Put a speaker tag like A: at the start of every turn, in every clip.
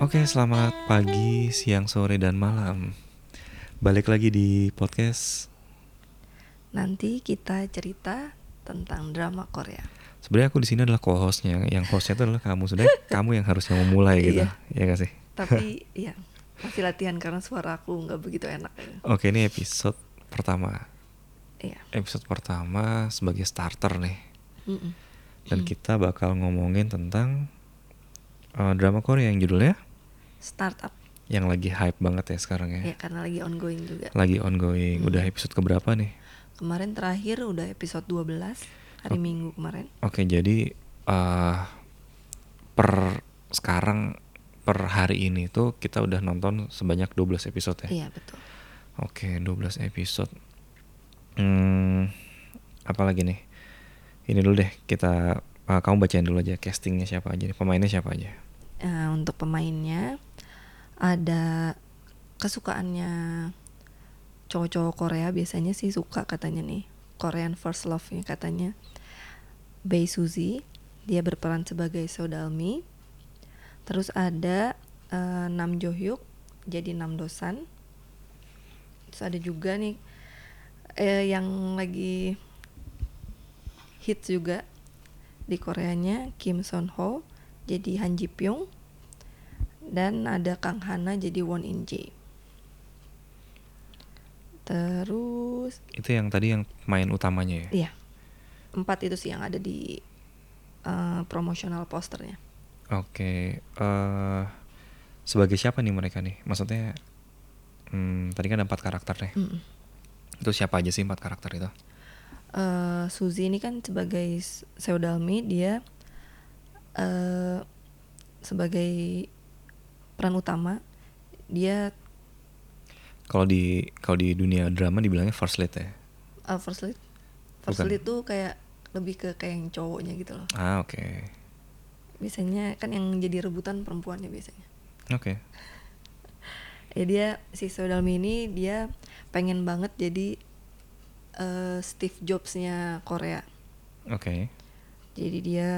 A: Oke, selamat pagi, siang, sore, dan malam. Balik lagi di podcast.
B: Nanti kita cerita tentang drama Korea.
A: Sebenarnya aku di sini adalah co-hostnya. Yang hostnya itu adalah kamu. Sebenarnya kamu yang harusnya memulai gitu,
B: Iya.
A: ya gak sih?
B: Tapi ya masih latihan karena suara aku nggak begitu enak.
A: Oke, ini episode pertama.
B: Iya.
A: Episode pertama sebagai starter nih.
B: Mm-mm.
A: Dan kita bakal ngomongin tentang eh, drama Korea yang judulnya
B: Startup
A: yang lagi hype banget ya sekarang ya.
B: ya karena lagi ongoing juga.
A: Lagi ongoing. Udah episode keberapa nih?
B: Kemarin terakhir udah episode 12 hari
A: Oh.
B: Minggu kemarin.
A: Oke, jadi eh per sekarang per hari ini tuh kita udah nonton sebanyak 12 episode ya.
B: Iya betul.
A: Oke, 12 episode. Hmm, apalagi nih? Ini dulu deh kita eh, kamu bacain dulu aja castingnya siapa aja, pemainnya siapa aja.
B: Eh, untuk pemainnya ada kesukaannya cowok-cowok Korea biasanya sih suka katanya nih Korean first love nya katanya Bae Suzy dia berperan sebagai Sodalmi terus ada eh, Nam Jo Hyuk jadi Nam Dosan terus ada juga nih eh, yang lagi hits juga di Koreanya Kim Son Ho jadi Han Ji Pyong dan ada Kang Hana jadi Won In Jae. Terus
A: Itu yang tadi yang pemain utamanya ya.
B: iya. Empat itu sih yang ada di eh, promotional posternya.
A: Oke, eh sebagai siapa nih mereka nih? Maksudnya hmm, tadi kan ada empat karakter deh.
B: Mm-mm.
A: Itu siapa aja sih empat karakter itu?
B: eh Suzy ini kan sebagai s- Seodalmi dia eh sebagai peran utama dia
A: Kalau di kalau di dunia drama dibilangnya first lead ya.
B: eh, first lead
A: Bukan.
B: first lead tuh kayak lebih ke kayak yang cowoknya gitu loh
A: Ah oke
B: biasanya kan yang jadi rebutan perempuannya biasanya
A: oke.
B: ya dia si Sodalmi ini dia pengen banget jadi eh, Steve Jobsnya Korea
A: Oke.
B: jadi dia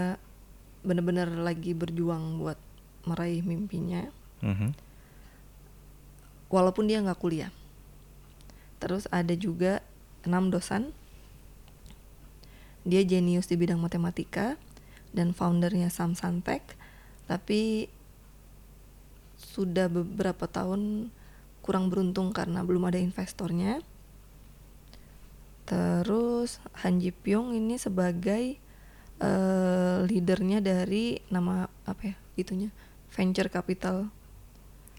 B: bener-bener lagi berjuang buat meraih mimpinya
A: Mhm.
B: walaupun dia nggak kuliah terus ada juga enam dosan dia jenius di bidang matematika dan foundernya Samsung Tech tapi sudah beberapa tahun kurang beruntung karena belum ada investornya terus Han Ji Pyong ini sebagai eh, leadernya dari nama apa ya itunya venture capital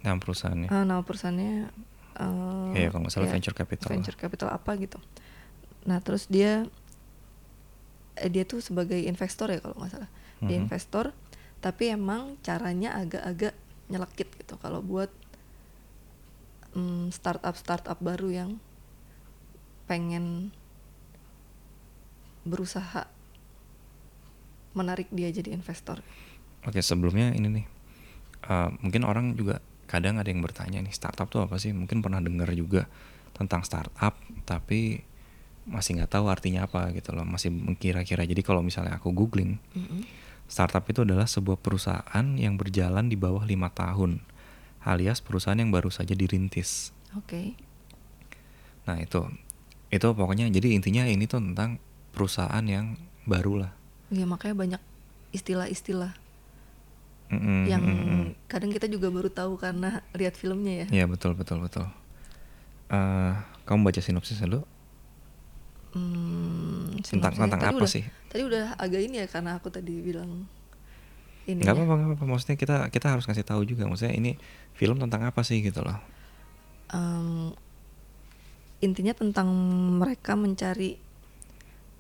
A: Nama perusahaannya.
B: Ah, nama perusahaannya eh,
A: Iya, kalau nggak salah
B: ya,
A: venture capital.
B: Venture capital apa gitu. Nah, terus dia eh, dia tuh sebagai investor ya kalau nggak salah. Dia
A: Mhm.
B: investor, tapi emang caranya agak-agak nyelekit gitu kalau buat mm, startup-startup baru yang pengen berusaha menarik dia jadi investor.
A: Oke sebelumnya ini nih. Eh, mungkin orang juga kadang ada yang bertanya nih startup tuh apa sih? Mungkin pernah dengar juga tentang startup tapi masih nggak tahu artinya apa gitu loh. Masih mengkira-kira. Jadi kalau misalnya aku googling
B: Mm-mm.
A: Startup itu adalah sebuah perusahaan yang berjalan di bawah lima tahun, alias perusahaan yang baru saja dirintis.
B: Oke.
A: Nah itu, itu pokoknya jadi intinya ini tuh tentang perusahaan yang baru lah.
B: Ya makanya banyak istilah-istilah
A: Mm-mm,
B: yang
A: mm-mm.
B: kadang kita juga baru tahu karena lihat filmnya ya.
A: Ya betul betul betul. Eh, kamu baca sinopsisnya dulu
B: Hmm,
A: tentang
B: sinopsisnya.
A: tentang
B: Tadi
A: apa
B: udah-
A: sih?
B: Tadi udah agak ini ya karena aku tadi bilang ini. ya.
A: Gak apa-apa, nggak apa-apa. Maksudnya kita kita harus kasih tahu juga. Maksudnya ini film tentang apa sih gitu loh.
B: intinya tentang mereka mencari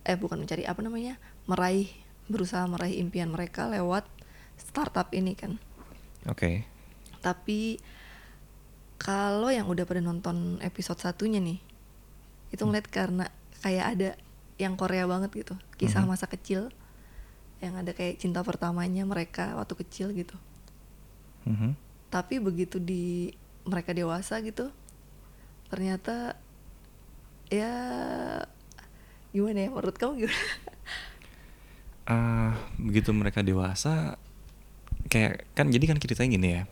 B: eh bukan mencari apa namanya meraih berusaha meraih impian mereka lewat startup ini kan.
A: Oke.
B: Tapi kalau yang udah pada nonton episode satunya nih, itu ngeliat karena kayak ada yang Korea banget gitu kisah
A: Mhm.
B: masa kecil yang ada kayak cinta pertamanya mereka waktu kecil gitu
A: Mhm.
B: tapi begitu di mereka dewasa gitu ternyata ya gimana ya menurut kamu gimana
A: Ah, begitu mereka dewasa kayak kan jadi kan ceritanya gini ya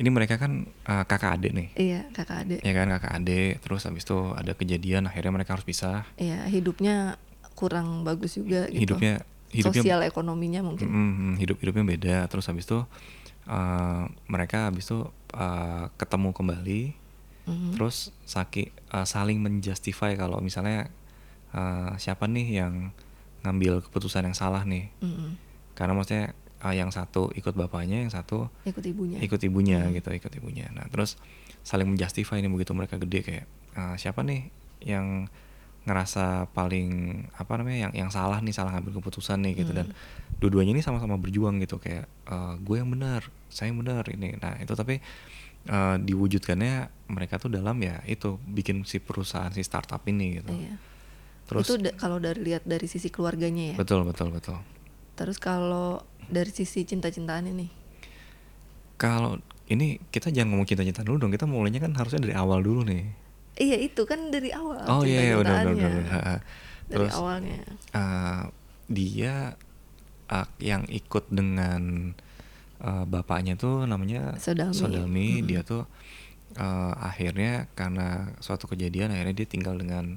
A: ini mereka kan ah, kakak adik nih
B: iya kakak adik
A: ya kan kakak adik terus habis itu ada kejadian akhirnya mereka harus pisah
B: iya hidupnya kurang bagus juga gitu
A: hidupnya hidupnya
B: sosial ekonominya mungkin
A: Mm, mm, hidup hidupnya beda terus habis itu eh, mereka habis itu eh, ketemu kembali
B: Mhm.
A: terus saki eh, saling menjustify kalau misalnya eh, siapa nih yang ngambil keputusan yang salah nih
B: Mhm.
A: karena maksudnya eh, yang satu ikut bapaknya yang satu
B: ikut ibunya
A: ikut ibunya
B: Hmm.
A: gitu ikut ibunya nah terus saling menjustify ini begitu mereka gede kayak "Ah, siapa nih yang ngerasa paling apa namanya yang yang salah nih salah ngambil keputusan nih gitu dan
B: Hmm.
A: dua-duanya ini sama-sama berjuang gitu kayak "Eh, gue yang benar saya yang benar ini nah itu tapi eh, diwujudkannya mereka tuh dalam ya itu bikin si perusahaan si startup ini gitu
B: Iya.
A: terus
B: itu da- kalau dari lihat dari sisi keluarganya ya
A: betul betul betul
B: terus kalau dari sisi cinta-cintaan ini
A: kalau ini kita jangan ngomong cinta-cinta dulu dong kita mulainya kan harusnya dari awal dulu nih
B: iya itu kan dari awal
A: Oh iya, iya udah udah udah.
B: cinta-cintaannya.
A: udah. Ha, ha.
B: dari
A: Terus
B: awalnya
A: eh, dia eh, yang ikut dengan eh, bapaknya tuh namanya
B: Sodalmi. Mm-mm.
A: Dia tuh eh, akhirnya karena suatu kejadian akhirnya dia tinggal dengan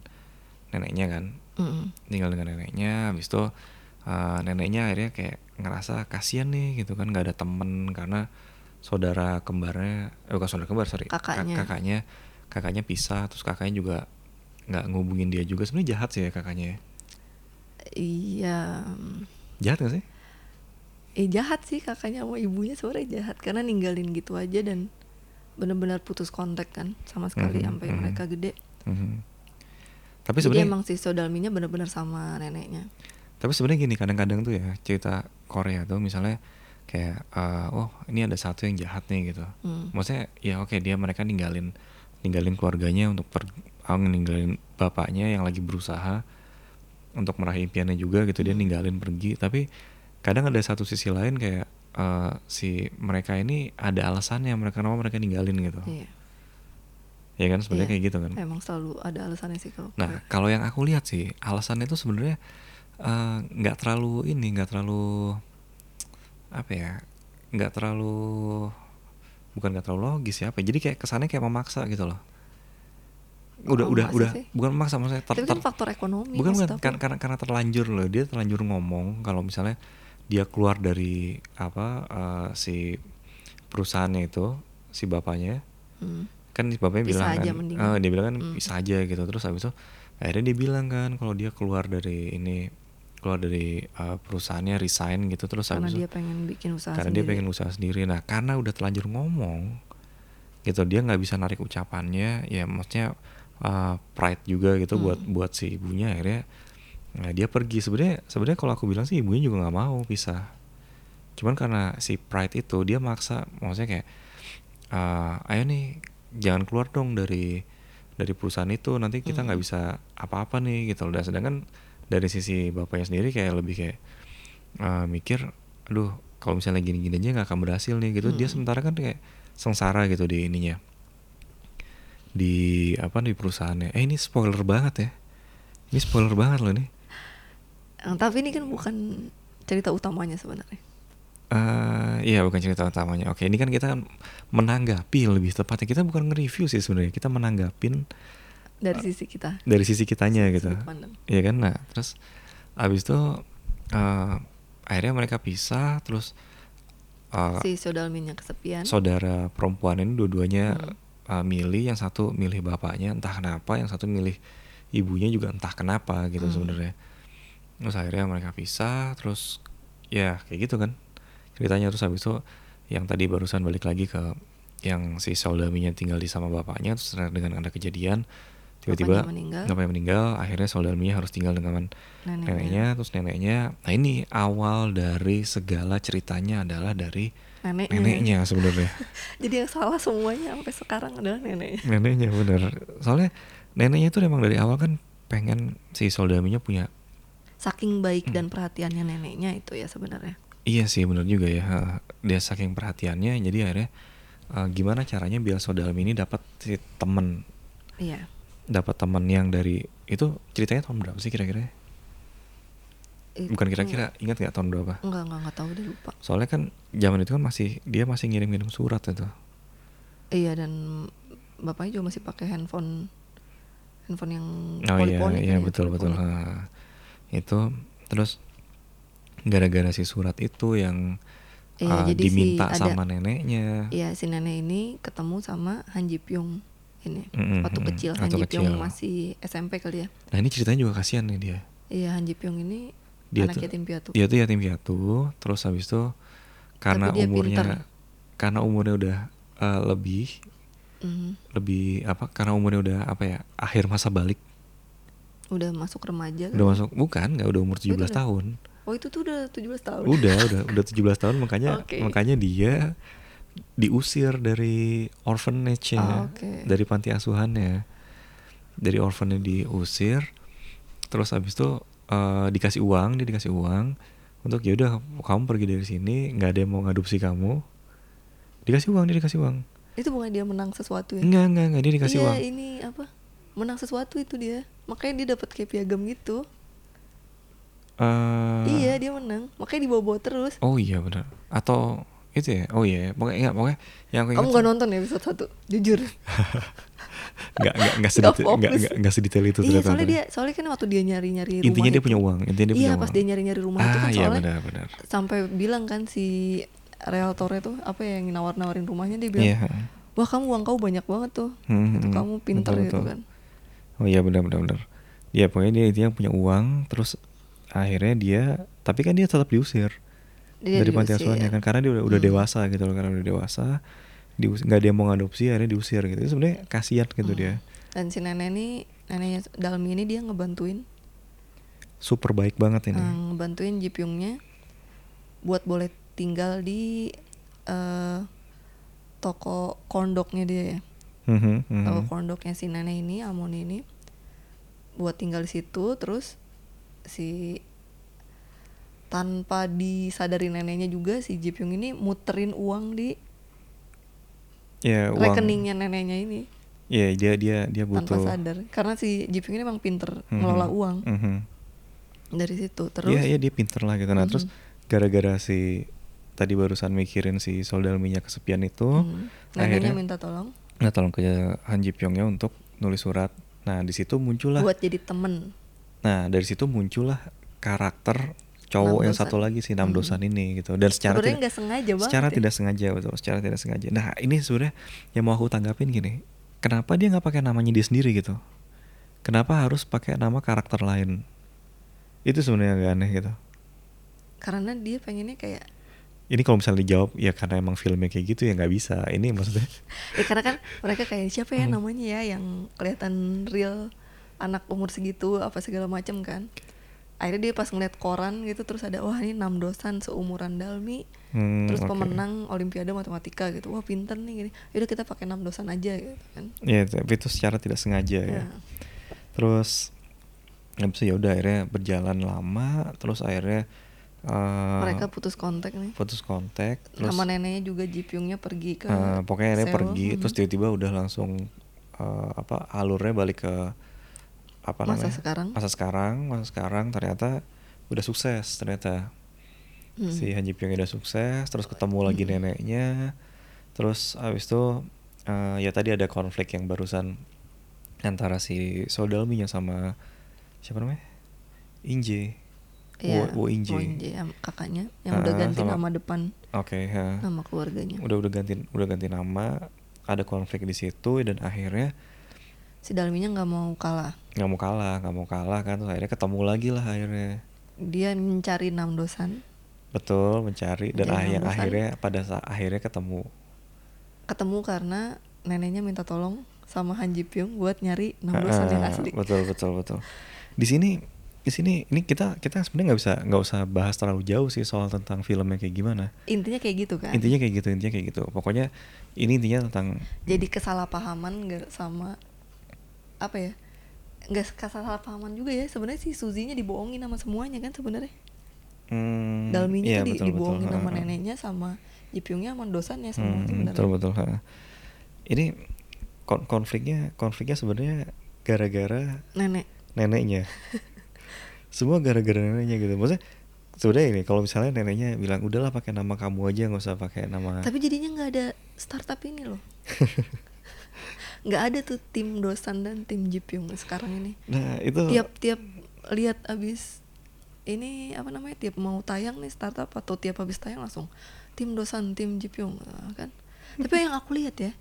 A: neneknya kan,
B: Mhm.
A: tinggal dengan neneknya. Habis itu eh, neneknya akhirnya kayak ngerasa kasihan nih gitu kan nggak ada temen karena saudara kembarnya eh, bukan saudara kembar sorry Kak-
B: Kakaknya.
A: kakaknya kakaknya pisah terus kakaknya juga nggak ngubungin dia juga sebenarnya jahat sih ya kakaknya ya.
B: Iya. mm.
A: jahat gak sih
B: Eh jahat sih kakaknya sama ibunya sebenarnya jahat karena ninggalin gitu aja dan benar-benar putus kontak kan sama sekali
A: Mhm,
B: sampai
A: mhm.
B: mereka gede.
A: Mhm. tapi
B: Jadi
A: sebenarnya
B: emang si sodalminya benar-benar sama neneknya.
A: tapi sebenarnya gini kadang-kadang tuh ya cerita Korea tuh misalnya kayak eh, oh ini ada satu yang jahat nih gitu
B: Hmm.
A: maksudnya ya oke dia mereka ninggalin ninggalin keluarganya untuk per ah, ninggalin bapaknya yang lagi berusaha untuk meraih impiannya juga gitu dia ninggalin pergi tapi kadang ada satu sisi lain kayak eh, si mereka ini ada alasannya mereka kenapa mereka ninggalin gitu
B: Iya.
A: ya kan sebenarnya
B: Iya.
A: kayak gitu kan
B: Emang selalu ada alasannya sih kalau.
A: Nah, kalau yang aku lihat sih, alasannya itu sebenarnya eh, nggak terlalu ini, nggak terlalu apa ya, nggak terlalu bukan nggak terlalu logis ya apa? ya, Jadi kayak kesannya kayak memaksa gitu loh. Udah
B: Oh,
A: udah
B: memaksa
A: udah
B: sih.
A: bukan memaksa maksudnya ter-
B: Tapi kan
A: ter-
B: faktor ekonomi.
A: bukan
B: maksud
A: bukan
B: aku.
A: kan- karena karena terlanjur loh dia terlanjur ngomong kalau misalnya dia keluar dari apa eh, si perusahaannya itu si bapaknya
B: Hmm.
A: kan bapaknya
B: Pisah
A: bilang
B: aja
A: kan
B: mendingan.
A: eh, dia bilang kan
B: Mm.
A: bisa aja gitu terus habis itu akhirnya dia bilang kan kalau dia keluar dari ini keluar dari eh, perusahaannya resign gitu terus
B: Karena
A: habis
B: dia
A: itu
B: pengen bikin usaha
A: karena dia
B: sendiri.
A: pengen usaha sendiri nah karena udah telanjur ngomong gitu dia nggak bisa narik ucapannya ya maksudnya eh, pride juga gitu
B: Hmm.
A: buat buat si ibunya akhirnya nah dia pergi sebenarnya sebenarnya kalau aku bilang sih ibunya juga nggak mau pisah cuman karena si pride itu dia maksa maksudnya kayak "Ah, ayo nih jangan keluar dong dari dari perusahaan itu nanti kita
B: Hmm.
A: nggak bisa apa-apa nih gitu loh dan sedangkan dari sisi bapaknya sendiri kayak lebih kayak ah, mikir aduh kalau misalnya gini-gini aja nggak akan berhasil nih gitu dia
B: Hmm.
A: sementara kan kayak sengsara gitu di ininya di apa di perusahaannya eh ini spoiler banget ya ini spoiler banget loh nih
B: Eh, Tapi ini kan bukan cerita utamanya sebenarnya.
A: eh iya bukan cerita utamanya. Oke, ini kan kita kan menanggapi lebih tepatnya. Kita bukan nge-review sih sebenarnya. Kita menanggapin
B: Dari sisi kita.
A: dari sisi kitanya Ah. gitu.
B: Sudut pandang.
A: Iya kan? Nah, terus abis itu eh, akhirnya mereka pisah terus eh,
B: Si sodalminya kesepian.
A: saudara perempuan ini dua-duanya
B: Hmm.
A: uh, milih yang satu milih bapaknya entah kenapa yang satu milih ibunya juga entah kenapa gitu
B: Hmm.
A: sebenarnya terus akhirnya mereka pisah terus ya kayak gitu kan ceritanya terus habis itu yang tadi barusan balik lagi ke yang si saudaminya tinggal di sama bapaknya terus dengan ada kejadian tiba-tiba
B: Bapaknya meninggal.
A: bapaknya meninggal akhirnya saudaminya harus tinggal dengan
B: Neneknya.
A: neneknya terus neneknya nah ini awal dari segala ceritanya adalah dari
B: Neneknya.
A: neneknya sebenarnya
B: Jadi yang salah semuanya sampai sekarang adalah neneknya.
A: neneknya bener soalnya neneknya tuh emang dari awal kan pengen si Soldaminya punya
B: Saking
A: Hmm.
B: baik dan perhatiannya neneknya itu ya sebenarnya.
A: Iya sih bener juga ya Ha, Dia saking perhatiannya jadi akhirnya eh, Gimana caranya biar Soldami ini dapat si temen
B: Iya.
A: Dapat temen yang dari Itu ceritanya tahun berapa sih kira-kira Bukan
B: Itu-
A: kira-kira ingat nggak tahun berapa
B: Enggak, enggak, enggak tahu deh lupa.
A: Soalnya kan zaman itu kan masih Dia masih ngirim-ngirim surat itu
B: Iya dan bapaknya juga masih pakai handphone handphone yang
A: Oh iya
B: polyphonic
A: iya
B: ya,
A: betul betul
B: polyphonic.
A: Ha. Itu terus Gara-gara si surat itu yang eh,
B: Iya, jadi si
A: Diminta
B: ada-
A: sama neneknya
B: Iya, si nenek ini ketemu sama Han Ji Pyong ini
A: Mm-mm,
B: waktu
A: mm-mm,
B: kecil Han
A: waktu
B: Ji Pyong
A: kecil.
B: masih SMP kali ya.
A: Nah ini ceritanya juga kasihan nih dia
B: Iya, Han Ji Pyong ini
A: Dia
B: anak
A: tuh- iya.
B: yatim piatu.
A: dia tuh yatim piatu terus habis itu karena
B: Tapi dia
A: umurnya
B: pinter.
A: karena umurnya udah eh, lebih
B: Mhm.
A: lebih apa karena umurnya udah apa ya akhir masa balik
B: Udah masuk remaja.
A: udah
B: kali.
A: masuk bukan nggak udah umur 17
B: Udah.
A: tahun
B: Oh, itu tuh udah 17 tahun.
A: udah udah udah 17 tahun makanya
B: Oke.
A: makanya dia diusir dari orphanage
B: Ah,
A: nya
B: oke.
A: dari panti asuhannya dari orphannya diusir terus habis itu eh, dikasih uang dia dikasih uang untuk ya udah kamu pergi dari sini nggak ada yang mau ngadopsi kamu dikasih uang dia dikasih uang
B: Itu bukan dia menang sesuatu ya.
A: enggak enggak enggak dia dikasih
B: iya,
A: uang
B: ini apa? Menang sesuatu itu dia. Makanya dia dapat kayak piagam gitu.
A: Eh,
B: Iya, dia menang. Makanya dibawa-bawa terus.
A: oh iya benar atau itu ya oh iya pokoknya enggak pokoknya yang aku ingat
B: Kamu
A: tuh-
B: gak nonton ya episode 1 Jujur
A: nggak nggak nggak
B: Nggak
A: sedetail
B: fokus.
A: nggak nggak- nggak sedetail itu
B: Iya
A: ternyata
B: soalnya
A: ternyata.
B: dia Soalnya kan waktu dia nyari-nyari rumah
A: intinya dia
B: itu-
A: punya uang intinya dia punya
B: Iya
A: uang
B: pas dia nyari-nyari rumah
A: ah,
B: itu kan
A: iya
B: soalnya
A: benar benar
B: Sampai bilang kan si Realtornya tuh Apa yang nawar-nawarin rumahnya Dia bilang
A: iya
B: Wah kamu uang kau banyak banget tuh
A: Hmm,
B: Gitu,
A: hmm,
B: Kamu pinter
A: betul,
B: gitu
A: betul.
B: kan
A: oh iya benar benar benar ya pokoknya dia intinya punya uang terus akhirnya dia tapi kan dia tetap diusir
B: Dia
A: dari panti
B: diusir.
A: asuhan ya kan karena dia udah, udah
B: Hmm.
A: dewasa gitu loh karena udah dewasa dius- nggak ada yang mau ngadopsi akhirnya diusir gitu Itu sebenarnya kasihan gitu
B: Hmm.
A: dia
B: Dan si nenek ini Neneknya dalam ini dia ngebantuin
A: super baik banget ini
B: eh, Ngebantuin Ji Pyongnya Buat boleh tinggal di eh, Toko kondoknya dia ya
A: Mhm, mhm.
B: Toko kondoknya si nenek ini Amoni ini buat tinggal di situ terus si tanpa disadari neneknya juga si Jipyung ini muterin uang di
A: ya uang
B: rekeningnya neneknya ini
A: ya dia dia dia butuh
B: tanpa sadar karena si Jipyung ini emang pinter ngelola
A: Mhm,
B: uang
A: mhm.
B: dari situ terus
A: Iya, iya dia pinter lah gitu. Nah, terus
B: Mhm.
A: gara-gara si tadi barusan mikirin si Soldalminya kesepian itu,
B: hmm, neneknya
A: akhirnya
B: minta tolong
A: nah tolong ke Han Ji Pyongnya untuk nulis surat. Nah, di situ muncullah.
B: buat jadi temen
A: Nah, dari situ muncullah karakter cowok yang
B: Namdosan.
A: satu lagi si Namdosan ini gitu. Dan secara
B: Mm-hmm. sebenarnya
A: tidak
B: nggak sengaja banget
A: secara
B: ya.
A: tidak sengaja betul, secara tidak sengaja. Nah, ini sebenarnya yang mau aku tanggapin gini. Kenapa dia nggak pakai namanya dia sendiri gitu? Kenapa harus pakai nama karakter lain? Itu sebenarnya agak aneh gitu.
B: karena dia pengennya kayak
A: ini kalau misalnya dijawab ya karena emang filmnya kayak gitu ya nggak bisa ini maksudnya
B: ya karena kan mereka kayak siapa ya
A: Hmm.
B: namanya ya yang kelihatan real anak umur segitu apa segala macam kan akhirnya dia pas ngeliat koran gitu terus ada wah ini enam dosan seumuran Dalmi
A: Hmm,
B: terus
A: oke.
B: pemenang Olimpiade Matematika gitu wah pinter nih gini yaudah kita pakai enam dosan aja gitu kan
A: ya tapi itu secara tidak sengaja ya
B: Nah,
A: terus habis itu ya udah akhirnya berjalan lama terus akhirnya eh,
B: Nah, mereka putus kontak nih
A: putus kontak terus
B: sama neneknya juga Jipyungnya pergi ke
A: eh, pokoknya akhirnya
B: Seoul.
A: pergi
B: Mhm.
A: terus tiba-tiba udah langsung eh, apa alurnya balik ke apa
B: Masa
A: namanya
B: sekarang.
A: masa sekarang masa sekarang ternyata udah sukses ternyata
B: Hmm.
A: si Han Ji Pyong udah sukses terus ketemu lagi neneknya terus abis itu eh, ya tadi ada konflik yang barusan antara si Soldalminya sama siapa namanya Inje
B: Iya,
A: Wo, Wo Inje
B: Wo
A: oke
B: yang kakaknya yang udah
A: Ah,
B: ganti
A: sama-
B: nama depan
A: ha.
B: nama keluarganya
A: udah udah ganti udah ganti nama ada konflik di situ dan akhirnya
B: si Dalminya nggak mau kalah
A: nggak mau kalah nggak mau kalah kan terus akhirnya ketemu lagi lah akhirnya
B: dia mencari enam dosan
A: betul mencari dan
B: Mencari
A: akhir
B: nambusan.
A: akhirnya pada saat akhirnya ketemu
B: ketemu karena neneknya minta tolong sama Han Ji Pyong buat nyari enam dosan yang
A: Ah,
B: asli
A: Betul betul betul. Di sini di sini ini kita kita sebenarnya nggak bisa nggak usah bahas terlalu jauh sih soal tentang filmnya kayak gimana.
B: intinya kayak gitu kan
A: Intinya kayak gitu intinya kayak gitu. Pokoknya ini intinya tentang
B: jadi kesalahpahaman nggak sama apa ya nggak salah pahaman juga ya sebenarnya si Suzinya dibohongin sama semuanya kan sebenarnya
A: Hmm,
B: Dalminya
A: iya,
B: tuh di-
A: betul, betul.
B: dibohongin sama
A: Ha, ha.
B: neneknya sama Jipyungnya sama dosannya semua
A: Hmm,
B: sebenarnya
A: betul betul. ha. Ini kon- konfliknya konfliknya sebenarnya gara-gara
B: nenek
A: neneknya. Semua gara-gara neneknya gitu. Maksudnya sebenarnya ini kalau misalnya neneknya bilang udahlah pakai nama kamu aja nggak usah pakai nama.
B: tapi jadinya nggak ada startup ini loh nggak ada tuh tim dosan dan tim Jipyung sekarang ini
A: nah itu
B: tiap-tiap lihat abis ini apa namanya tiap mau tayang nih startup atau tiap habis tayang langsung tim dosan tim Jipyung ah, kan tapi yang aku lihat ya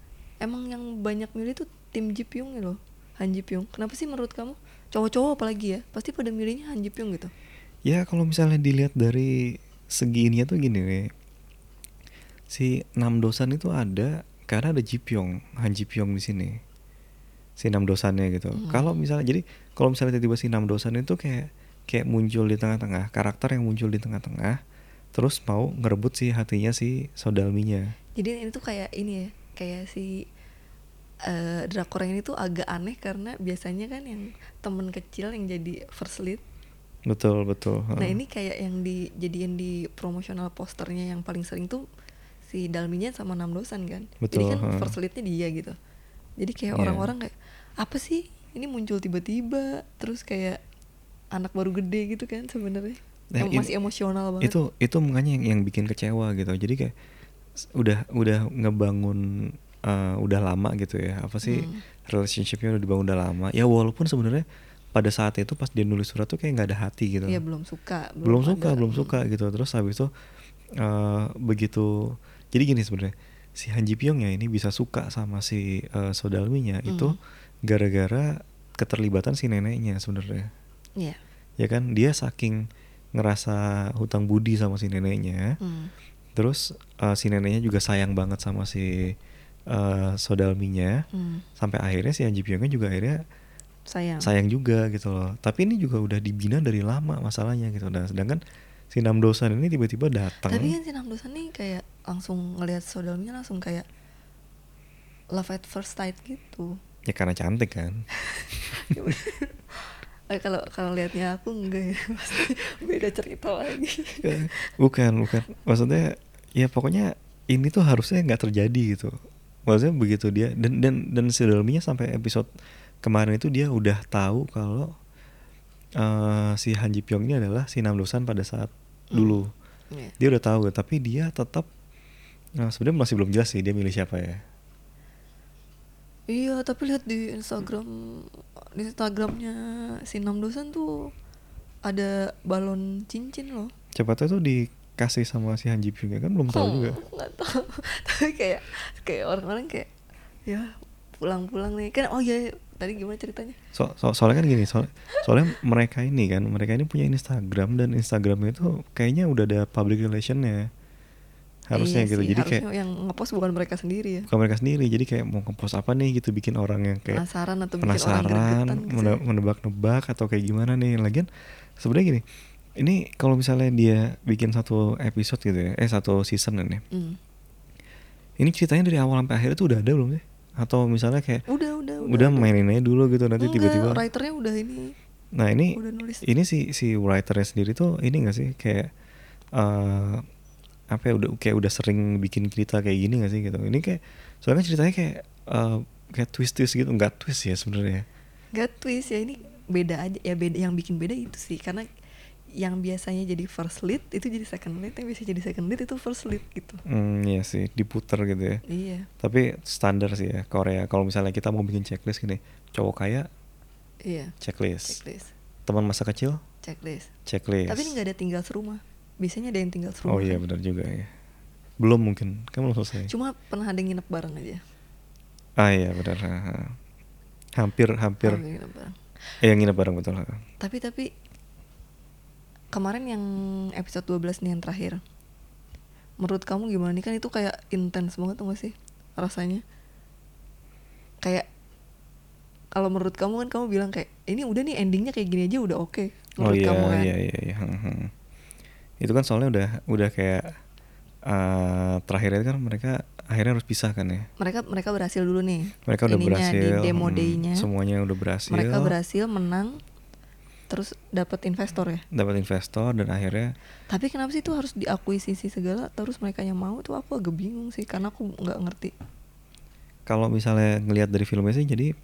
B: emang yang banyak milih tuh tim Jipyung nih loh Han Jipyung kenapa sih menurut kamu cowok-cowok apalagi ya pasti pada milihnya Han Jipyung gitu
A: ya kalau misalnya dilihat dari segi ininya tuh gini nih. Si Nam Dosan itu ada karena ada Jipyong, Han Jipyong di sini. Si Nam Dosannya gitu.
B: Hmm.
A: Kalau misalnya jadi kalau misalnya tiba-tiba si Nam Dosan itu kayak kayak muncul di tengah-tengah, karakter yang muncul di tengah-tengah terus mau ngerebut si hatinya si Sodalminya.
B: jadi ini tuh kayak ini ya kayak si eh drakor yang ini tuh agak aneh karena biasanya kan yang temen kecil yang jadi first lead
A: Betul, betul.
B: Nah ini kayak yang dijadiin di promotional posternya yang paling sering tuh si Dalminya sama Nam Dosan kan. Jadi
A: Betul,
B: kan
A: heeh.
B: first leadnya dia gitu. Jadi kayak
A: Iya.
B: orang-orang kayak apa sih ini muncul tiba-tiba terus kayak anak baru gede gitu kan sebenarnya.
A: Nah,
B: Em-
A: ini-
B: masih emosional banget.
A: itu itu makanya yang yang bikin kecewa gitu jadi kayak s- udah udah ngebangun eh, udah lama gitu ya apa sih
B: Hmm.
A: relationshipnya udah dibangun udah lama ya walaupun sebenarnya pada saat itu pas dia nulis surat tuh kayak nggak ada hati gitu
B: Iya belum suka.
A: belum suka
B: ada.
A: belum
B: Hmm.
A: suka gitu terus habis itu eh, begitu jadi gini sebenarnya si Han Ji Pyong ya ini bisa suka sama si eh, Sodalminya itu
B: Hmm.
A: gara-gara keterlibatan si neneknya sebenarnya
B: Iya.
A: ya kan dia saking ngerasa hutang budi sama si neneknya
B: Hmm.
A: terus eh, si neneknya juga sayang banget sama si eh, sodalminya
B: Hmm. Ya.
A: sampai akhirnya si Anji Pyongnya juga akhirnya
B: Sayang.
A: sayang juga gitu loh tapi ini juga udah dibina dari lama masalahnya gitu nah sedangkan si Nam Dosan ini tiba-tiba datang
B: Tapi kan si Nam Dosan nih kayak langsung ngelihat saudaranya langsung kayak love at first sight gitu.
A: ya karena cantik kan
B: Eh, kalau kalau liatnya aku enggak ya pasti beda cerita lagi
A: Kan? bukan bukan maksudnya ya pokoknya ini tuh harusnya nggak terjadi gitu maksudnya begitu dia dan dan dan sedalminya sampai episode kemarin itu dia udah tahu kalau eh, si Han Ji Pyong ini adalah si Nam Dosan pada saat dulu
B: Iya.
A: dia udah tahu tapi dia tetap nah sebenarnya masih belum jelas sih dia milih siapa ya
B: iya tapi lihat di Instagram di Instagramnya si Nam Dosan tuh ada balon cincin loh
A: siapa tahu itu dikasih sama si Han Ji Pyong ya kan belum tahu
B: Hmm,
A: juga
B: nggak tahu tapi kayak kayak orang-orang kayak ya pulang-pulang nih kan oh iya tadi gimana ceritanya
A: So, so- soalnya kan gini, so- soalnya mereka ini kan, mereka ini punya Instagram dan Instagramnya itu kayaknya udah ada public relationnya harusnya
B: Iya
A: gitu.
B: sih,
A: Jadi
B: harusnya
A: kayak
B: yang ngepost bukan mereka sendiri ya
A: bukan mereka sendiri, jadi kayak mau ngepost apa nih gitu bikin orang yang kayak
B: penasaran atau bikin orang
A: penasaran,
B: gregetan gitu
A: mene-
B: ya.
A: menebak-nebak atau kayak gimana nih. Lagian sebenarnya gini, ini kalau misalnya dia bikin satu episode gitu ya, eh satu season ini,
B: Hmm.
A: ini ceritanya dari awal sampai akhir itu udah ada belum sih? Atau misalnya kayak
B: udah udah
A: udah, mainin aja dulu gitu nanti
B: Enggak,
A: tiba-tiba.
B: writernya udah ini
A: Nah ini
B: Udah nulis.
A: ini si si writernya sendiri tuh ini gak sih kayak eh apa ya udah kayak udah sering bikin cerita kayak gini gak sih gitu. Ini kayak soalnya ceritanya kayak eh, kayak twist twist gitu nggak twist ya sebenarnya.
B: Gak twist ya ini beda aja ya beda yang bikin beda itu sih karena yang biasanya jadi first lead itu jadi second lead yang bisa jadi second lead itu first lead gitu
A: Hmm ya sih diputer gitu ya.
B: iya
A: Tapi standar sih ya Korea. Kalau misalnya kita mau bikin checklist gini, cowok kaya
B: iya
A: checklist,
B: checklist
A: teman masa kecil
B: checklist
A: checklist.
B: tapi ini nggak ada tinggal serumah biasanya ada yang tinggal serumah
A: Oh iya
B: kan.
A: benar juga ya. Belum mungkin, kan belum selesai.
B: cuma pernah ada yang nginep bareng aja
A: Ah iya benar. ha, ha. Hampir hampir.
B: Ada yang nginep bareng
A: Eh, yang nginep bareng betul. ha.
B: tapi tapi kemarin yang episode 12 nih yang terakhir menurut kamu gimana nih kan itu kayak intens banget tuh gak sih rasanya kayak kalau menurut kamu kan kamu bilang kayak ini udah nih endingnya kayak gini aja udah oke
A: oh
B: menurut
A: iya,
B: kamu kan
A: iya iya iya. hmm, hmm. Itu kan soalnya udah udah kayak eh, terakhir itu kan mereka akhirnya harus pisah kan ya.
B: Mereka mereka berhasil dulu nih.
A: Mereka udah
B: ininya,
A: berhasil.
B: di demo
A: hmm,
B: day-nya.
A: Semuanya udah berhasil.
B: Mereka berhasil menang terus dapat investor ya.
A: Dapat investor dan akhirnya
B: Tapi kenapa sih itu harus diakui sisi segala terus mereka yang mau tuh aku agak bingung sih karena aku nggak ngerti.
A: kalau misalnya ngelihat dari filmnya sih jadi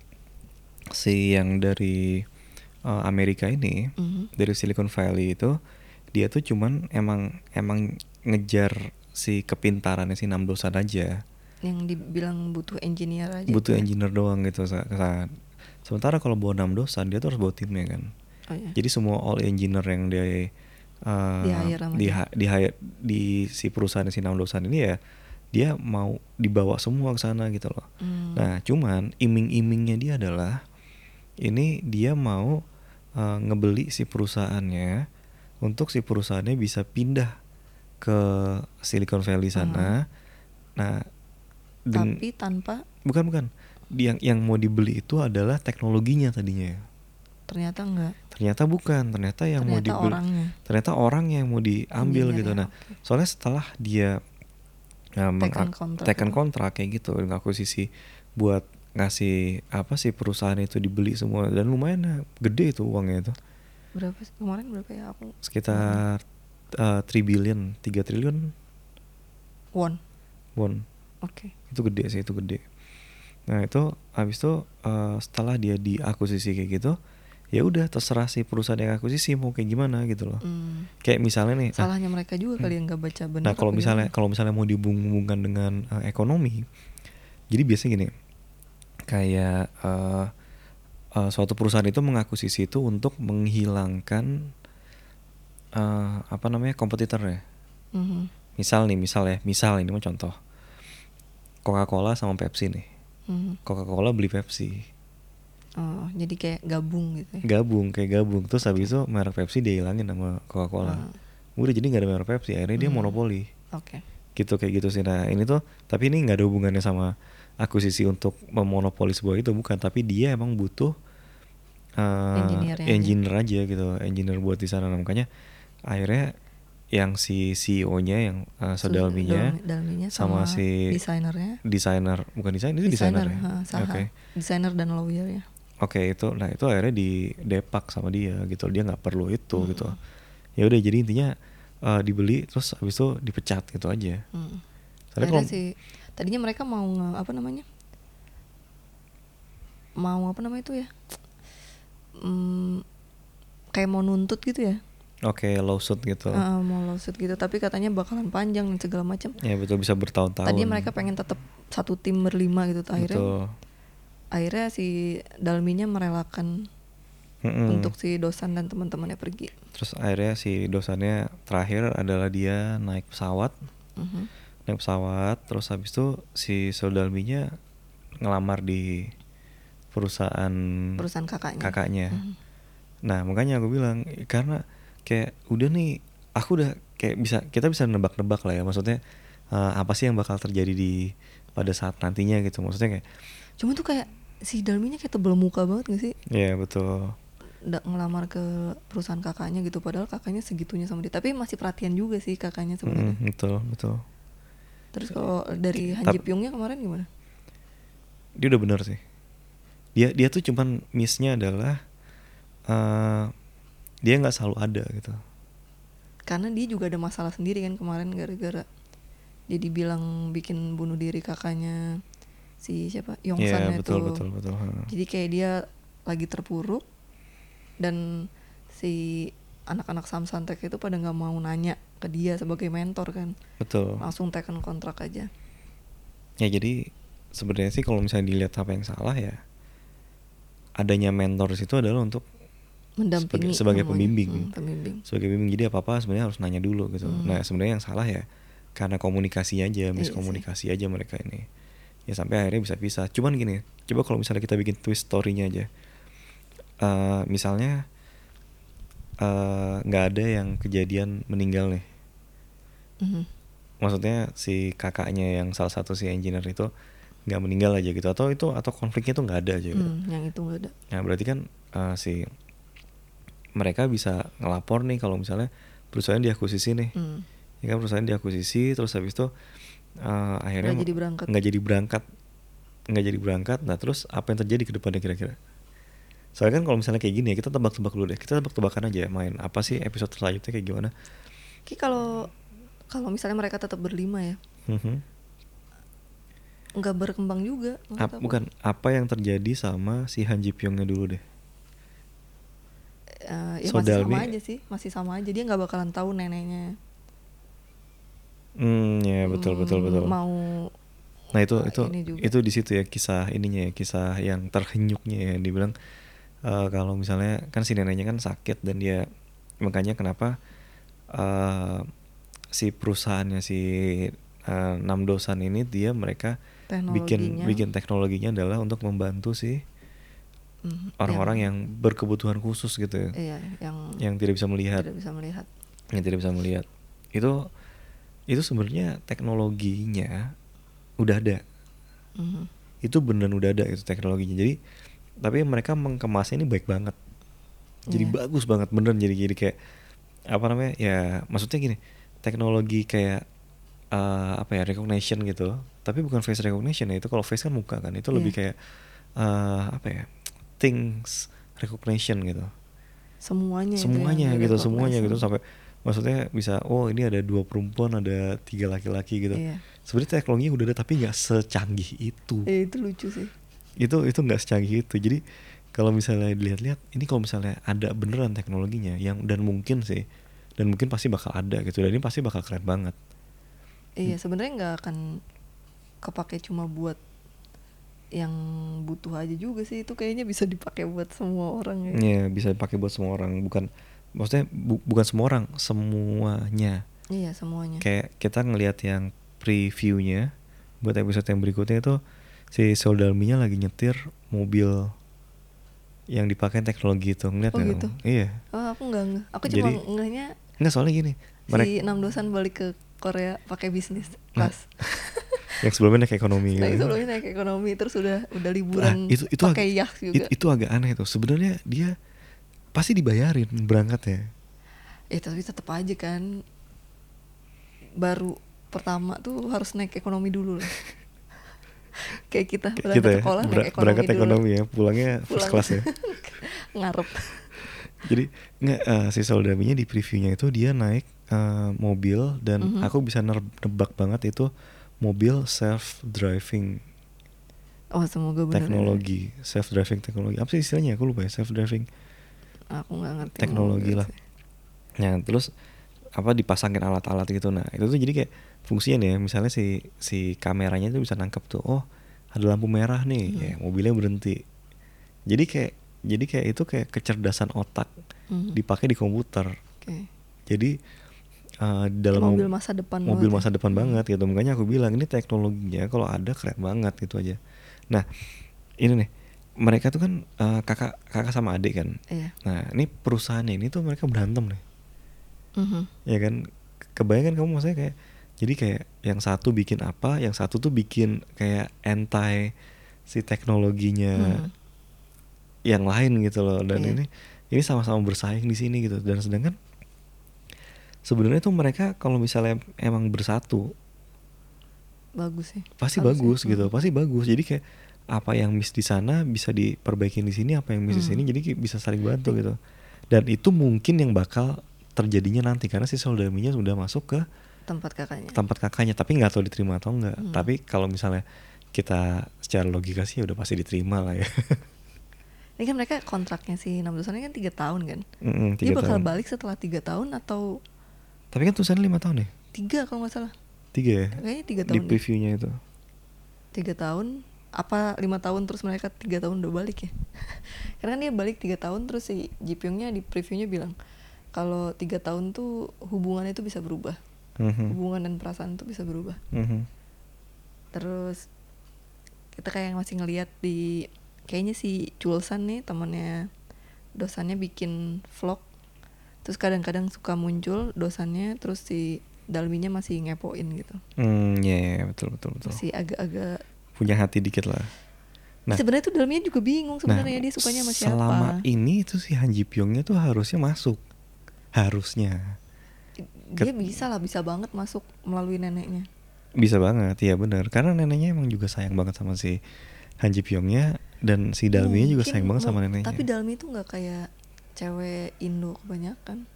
A: si yang dari eh, Amerika ini
B: Mhm.
A: dari Silicon Valley itu dia tuh cuman emang emang ngejar si kepintarannya si Namdosan aja
B: Yang dibilang butuh engineer aja.
A: butuh
B: gitu ya.
A: engineer doang gitu Sa- Sa. sementara kalau bawa Namdosan dia tuh harus bawa timnya kan
B: Oh, iya.
A: jadi semua all engineer yang dia eh,
B: Di-hire sama
A: di
B: dia.
A: di hire- di si perusahaan si Namdosan ini ya dia mau dibawa semua ke sana gitu loh
B: Hmm.
A: Nah, cuman iming-imingnya dia adalah ini dia mau eh, ngebeli si perusahaannya untuk si perusahaannya bisa pindah ke Silicon Valley sana. Nah, deng-
B: Hmm. tapi tanpa
A: bukan bukan. Yang yang mau dibeli itu adalah teknologinya tadinya.
B: ternyata enggak.
A: Ternyata bukan, ternyata yang Iya, mau
B: ternyata
A: dibeli
B: orangnya.
A: ternyata orang yang mau diambil
B: Engineer
A: gitu.
B: ya,
A: Nah,
B: oke.
A: soalnya setelah dia ya, mengak-
B: kontrak
A: taken
B: itu.
A: kontrak kayak gitu mengakuisisi buat ngasih apa sih perusahaan itu dibeli semua dan lumayan nah, gede itu uangnya itu
B: Berapa sih? kemarin berapa ya aku?
A: sekitar
B: Hmm.
A: eh, 3 billion 3 triliun
B: Won.
A: won
B: Oke.
A: itu gede sih itu gede nah itu habis itu eh, setelah dia diakuisisi kayak gitu ya udah terserah si perusahaan yang akuisisi mau kayak gimana gitu loh
B: Hmm.
A: kayak misalnya nih ah,
B: Salahnya mereka juga kali yang nggak baca benar.
A: Nah kalau
B: apa
A: misalnya
B: gimana.
A: kalau misalnya mau dihubung-hubungkan dengan eh, ekonomi, jadi biasanya gini, kayak eh, eh, suatu perusahaan itu mengakuisisi itu untuk menghilangkan eh, apa namanya kompetitornya.
B: Mhm.
A: Misal nih, misal ya, misal ini mau contoh, Coca-Cola sama Pepsi nih.
B: Mhm.
A: Coca-Cola beli Pepsi,
B: Oh, jadi kayak gabung gitu. ya.
A: gabung kayak gabung, terus habis itu merek Pepsi dia hilangin sama Coca-Cola. Udah jadi nggak ada merek Pepsi, akhirnya dia
B: Hmm.
A: monopoli.
B: Ah, Oke.
A: gitu kayak gitu sih nah ini tuh tapi ini nggak ada hubungannya sama akuisisi untuk memonopoli sebuah itu bukan tapi dia emang butuh eh,
B: Engineer-nya aja.
A: engineer aja. gitu engineer buat di sana Nah, makanya akhirnya yang si CEO-nya yang eh,
B: Dalam-
A: sodalminya
B: dalminya
A: sama
B: sama,
A: si-
B: desainernya.
A: desainer bukan desainer itu desainer ya
B: ha,
A: oke
B: Saha. Desainer dan lawyer ya.
A: oke itu nah itu akhirnya di depak sama dia gitu dia nggak perlu itu
B: Hmm.
A: gitu ya udah jadi intinya eh, dibeli terus habis itu dipecat gitu aja
B: Hmm.
A: Soalnya
B: Akhirnya
A: kalau-
B: si tadinya mereka mau nge- apa namanya? Mau apa namanya itu ya? Hmm, kayak mau nuntut gitu ya.
A: oke lawsuit gitu
B: Ah, mau lawsuit gitu, tapi katanya bakalan panjang dan segala macam.
A: ya betul bisa bertahun-tahun
B: Tadinya mereka pengen tetap satu tim berlima gitu akhirnya.
A: Betul.
B: Akhirnya si Dalminya merelakan
A: Mm-mm.
B: untuk si Dosan dan teman-temannya pergi.
A: terus akhirnya si dosanya terakhir adalah dia naik pesawat Hmm.
B: Mhm.
A: naik pesawat terus habis itu si Sodalminya ngelamar di perusahaan
B: Perusahaan kakaknya.
A: kakaknya
B: Mhm.
A: nah makanya aku bilang karena kayak udah nih aku udah kayak bisa kita bisa nebak-nebak lah ya maksudnya eh, apa sih yang bakal terjadi di pada saat nantinya gitu maksudnya kayak
B: Cuma tuh kayak si Dalminya kayak tebel muka banget gak sih?
A: ya betul
B: Da- ngelamar ke perusahaan kakaknya gitu padahal kakaknya segitunya sama dia tapi masih perhatian juga sih kakaknya sebenarnya
A: Mm, betul betul
B: terus kalau dari Han
A: Tapi-
B: Ji Pyongnya kemarin gimana
A: dia udah benar sih dia dia tuh cuman missnya adalah eh dia nggak selalu ada gitu
B: karena dia juga ada masalah sendiri kan kemarin gara-gara dia dibilang bikin bunuh diri kakaknya si siapa Yongsan
A: Iya,
B: itu
A: betul, betul betul ha.
B: jadi kayak dia lagi terpuruk dan si anak-anak Samsantek itu pada nggak mau nanya ke dia sebagai mentor kan
A: betul
B: langsung tekan kontrak aja
A: ya jadi sebenarnya sih kalau misalnya dilihat apa yang salah ya adanya mentor di situ adalah untuk
B: mendampingi
A: sebagai
B: namanya.
A: pembimbing.
B: Hmm, pembimbing
A: sebagai bimbing jadi apa apa sebenarnya harus nanya dulu gitu
B: Hmm.
A: nah
B: Iya
A: sebenarnya yang salah ya karena komunikasinya aja miskomunikasi aja mereka ini ya sampai akhirnya bisa pisah cuman gini coba kalau misalnya kita bikin twist story-nya aja Eh, misalnya eh, nggak ada yang kejadian meninggal nih
B: Mhm.
A: maksudnya si kakaknya yang salah satu si engineer itu nggak meninggal aja gitu atau itu atau konfliknya tuh nggak ada aja gitu
B: Hmm, yang itu nggak ada.
A: Nah berarti kan eh, si mereka bisa ngelapor nih kalau misalnya perusahaan diakuisisi nih.
B: Hmm.
A: ya kan perusahaan diakuisisi terus habis itu eh, akhirnya
B: Nggak jadi berangkat.
A: nggak jadi berangkat nggak jadi berangkat nah terus apa yang terjadi ke depannya kira-kira soalnya kan kalau misalnya kayak gini ya kita tebak-tebak dulu deh kita tebak-tebakan aja ya, main apa sih episode selanjutnya kayak gimana
B: Ki kalau kalau misalnya mereka tetap berlima ya,
A: Mhm.
B: nggak berkembang juga. menurut
A: Ap-
B: aku.
A: bukan apa yang terjadi sama si Han Ji Pyongnya dulu deh
B: Eh, ya
A: So,
B: masih sama
A: Dalmi-
B: aja sih, masih sama aja. Dia nggak bakalan tahu neneknya.
A: hmm ya betul betul
B: mm,
A: betul
B: Mau
A: Nah itu
B: Nah,
A: itu
B: ini juga.
A: itu di situ ya kisah ininya ya kisah yang terhenyuknya ya dibilang eh, kalau misalnya kan si neneknya kan sakit dan dia makanya kenapa eh, si perusahaannya si eh, Nam Dosan ini dia mereka bikin
B: Teknologinya.
A: bikin teknologinya adalah untuk membantu si
B: mm,
A: orang-orang yang berkebutuhan khusus gitu ya,
B: iya, yang
A: yang tidak bisa melihat
B: tidak bisa melihat.
A: yang tidak bisa melihat itu itu sebenarnya teknologinya udah ada
B: Mhm.
A: itu beneran udah ada itu teknologinya jadi tapi mereka mengkemasnya ini baik banget jadi
B: Iya.
A: bagus banget beneran jadi jadi kayak apa namanya ya maksudnya gini teknologi kayak eh, apa ya recognition gitu tapi bukan face recognition ya itu kalau face kan muka kan itu lebih
B: Iya.
A: kayak eh, apa ya things recognition gitu
B: Semuanya. itu yang
A: semuanya
B: di
A: gitu
B: recognize
A: semuanya gitu
B: sama-
A: sampai maksudnya bisa oh ini ada dua perempuan ada tiga laki-laki gitu
B: Iya.
A: sebenarnya teknologinya udah ada tapi nggak secanggih itu
B: Eh, itu lucu sih.
A: itu itu nggak secanggih itu jadi kalau misalnya dilihat-lihat ini kalau misalnya ada beneran teknologinya yang dan mungkin sih dan mungkin pasti bakal ada gitu dan ini pasti bakal keren banget
B: Iya, sebenarnya nggak akan kepake cuma buat yang butuh aja juga sih itu kayaknya bisa dipakai buat semua orang ya.
A: ya bisa dipakai buat semua orang bukan maksudnya bu- bukan semua orang semuanya
B: Iya, semuanya.
A: kayak kita ngelihat yang previewnya buat episode yang berikutnya itu si Soldalminya lagi nyetir mobil yang dipakai teknologi itu ngeliat
B: Oh,
A: nggak
B: gitu?
A: kamu? iya
B: Oh, aku nggak ngeh. Aku cuma
A: Jadi-
B: ngehnya
A: nggak soalnya gini mereka
B: si enam dosan balik ke Korea pakai bisnis
A: Nah,
B: kelas.
A: yang sebelumnya naik ekonomi gitu.
B: Nah, itu sebelumnya naik ekonomi terus udah udah liburan
A: Ah, itu itu
B: pakai
A: agak-
B: yacht juga.
A: it- itu agak aneh tuh. Sebenarnya dia pasti dibayarin berangkatnya.
B: Eh, tapi tetap aja kan baru pertama tuh harus naik ekonomi dulu lah. Kayak kita
A: Kayak
B: Ah, berangkat
A: kita ya,
B: sekolah naik
A: ber-
B: ekonomi
A: berangkat
B: dulu.
A: ekonomi ya, pulangnya first
B: Pulang.
A: class ya.
B: Ngarep.
A: Jadi nggak eh, si Soldaminya di previewnya itu dia naik eh, mobil dan
B: Mhm.
A: aku bisa ner- nebak banget itu mobil self driving
B: Oh, semoga benar.
A: teknologi, self driving teknologi. Apa sih istilahnya? Aku lupa ya, self driving
B: Aku nggak ngerti.
A: teknologi
B: mobil
A: lah.
B: sih.
A: Nah terus apa dipasangin alat-alat gitu nah itu tuh jadi kayak fungsinya nih ya, misalnya si si kameranya tuh bisa nangkep tuh oh ada lampu merah nih
B: Hmm.
A: ya mobilnya berhenti jadi kayak jadi kayak itu kayak kecerdasan otak
B: Mhm.
A: dipakai di komputer
B: Oke.
A: jadi eh, di dalam
B: Mobil
A: mo-
B: masa depan
A: mobil
B: banget
A: masa
B: ya.
A: depan
B: Hmm.
A: banget gitu makanya aku bilang ini teknologinya kalau ada keren banget gitu aja nah ini nih mereka tuh kan eh, kakak kakak sama adik kan
B: Iya.
A: nah ini perusahaannya ini tuh mereka berantem nih
B: Mhm.
A: ya kan kebayang kan kamu maksudnya kayak jadi kayak yang satu bikin apa yang satu tuh bikin kayak anti si teknologinya
B: Mhm.
A: yang lain gitu loh dan
B: Iya.
A: ini ini sama-sama bersaing di sini gitu dan sedangkan sebenarnya tuh mereka kalau misalnya emang bersatu
B: Bagus sih.
A: pasti
B: Harusnya.
A: bagus gitu
B: Mhm.
A: pasti bagus jadi kayak apa yang miss di sana bisa diperbaiki di sini apa yang miss di
B: Hmm.
A: sini jadi kayak bisa saling bantu gitu dan itu mungkin yang bakal terjadinya nanti karena si soldaminya sudah masuk ke
B: Tempat kakaknya.
A: tempat kakaknya tapi nggak tahu diterima atau nggak
B: Hmm.
A: tapi kalau misalnya kita secara logika sih udah pasti diterima lah ya
B: Ini kan mereka kontraknya si enam dosan ini kan tiga tahun kan.
A: Mm-mm, tiga
B: Dia bakal
A: tahun.
B: balik setelah tiga tahun atau
A: tapi kan tulisannya lima tahun ya
B: tiga kalau nggak salah.
A: tiga ya
B: Kayaknya tiga
A: di
B: tahun. gitu. deh.
A: previewnya itu
B: tiga tahun apa lima tahun terus mereka tiga tahun udah balik ya karena kan dia balik tiga tahun terus si Ji Pyongnya di previewnya bilang kalau tiga tahun tuh hubungannya itu bisa berubah
A: Mhm,
B: hubungan dan perasaan tuh bisa berubah
A: mhm.
B: terus kita kayak masih ngelihat di kayaknya si Julsan nih temannya dosannya bikin vlog terus kadang-kadang suka muncul dosannya terus si Dalminya masih ngepoin gitu
A: Hmm, ya, ya, betul betul betul
B: masih agak-agak
A: punya hati dikit lah Nah.
B: sebenarnya tuh dalamnya juga bingung sebenarnya dia sukanya sama siapa.
A: selama ini tuh si Han Ji Pyongnya tuh harusnya masuk harusnya
B: dia bisa lah bisa banget masuk melalui neneknya
A: Bisa banget, iya benar. Karena neneknya emang juga sayang banget sama si Han Ji Pyongnya dan si Dalminya juga
B: Mungkin
A: sayang banget sama
B: mu-
A: neneknya.
B: tapi Dalmi itu nggak kayak cewek Indo kebanyakan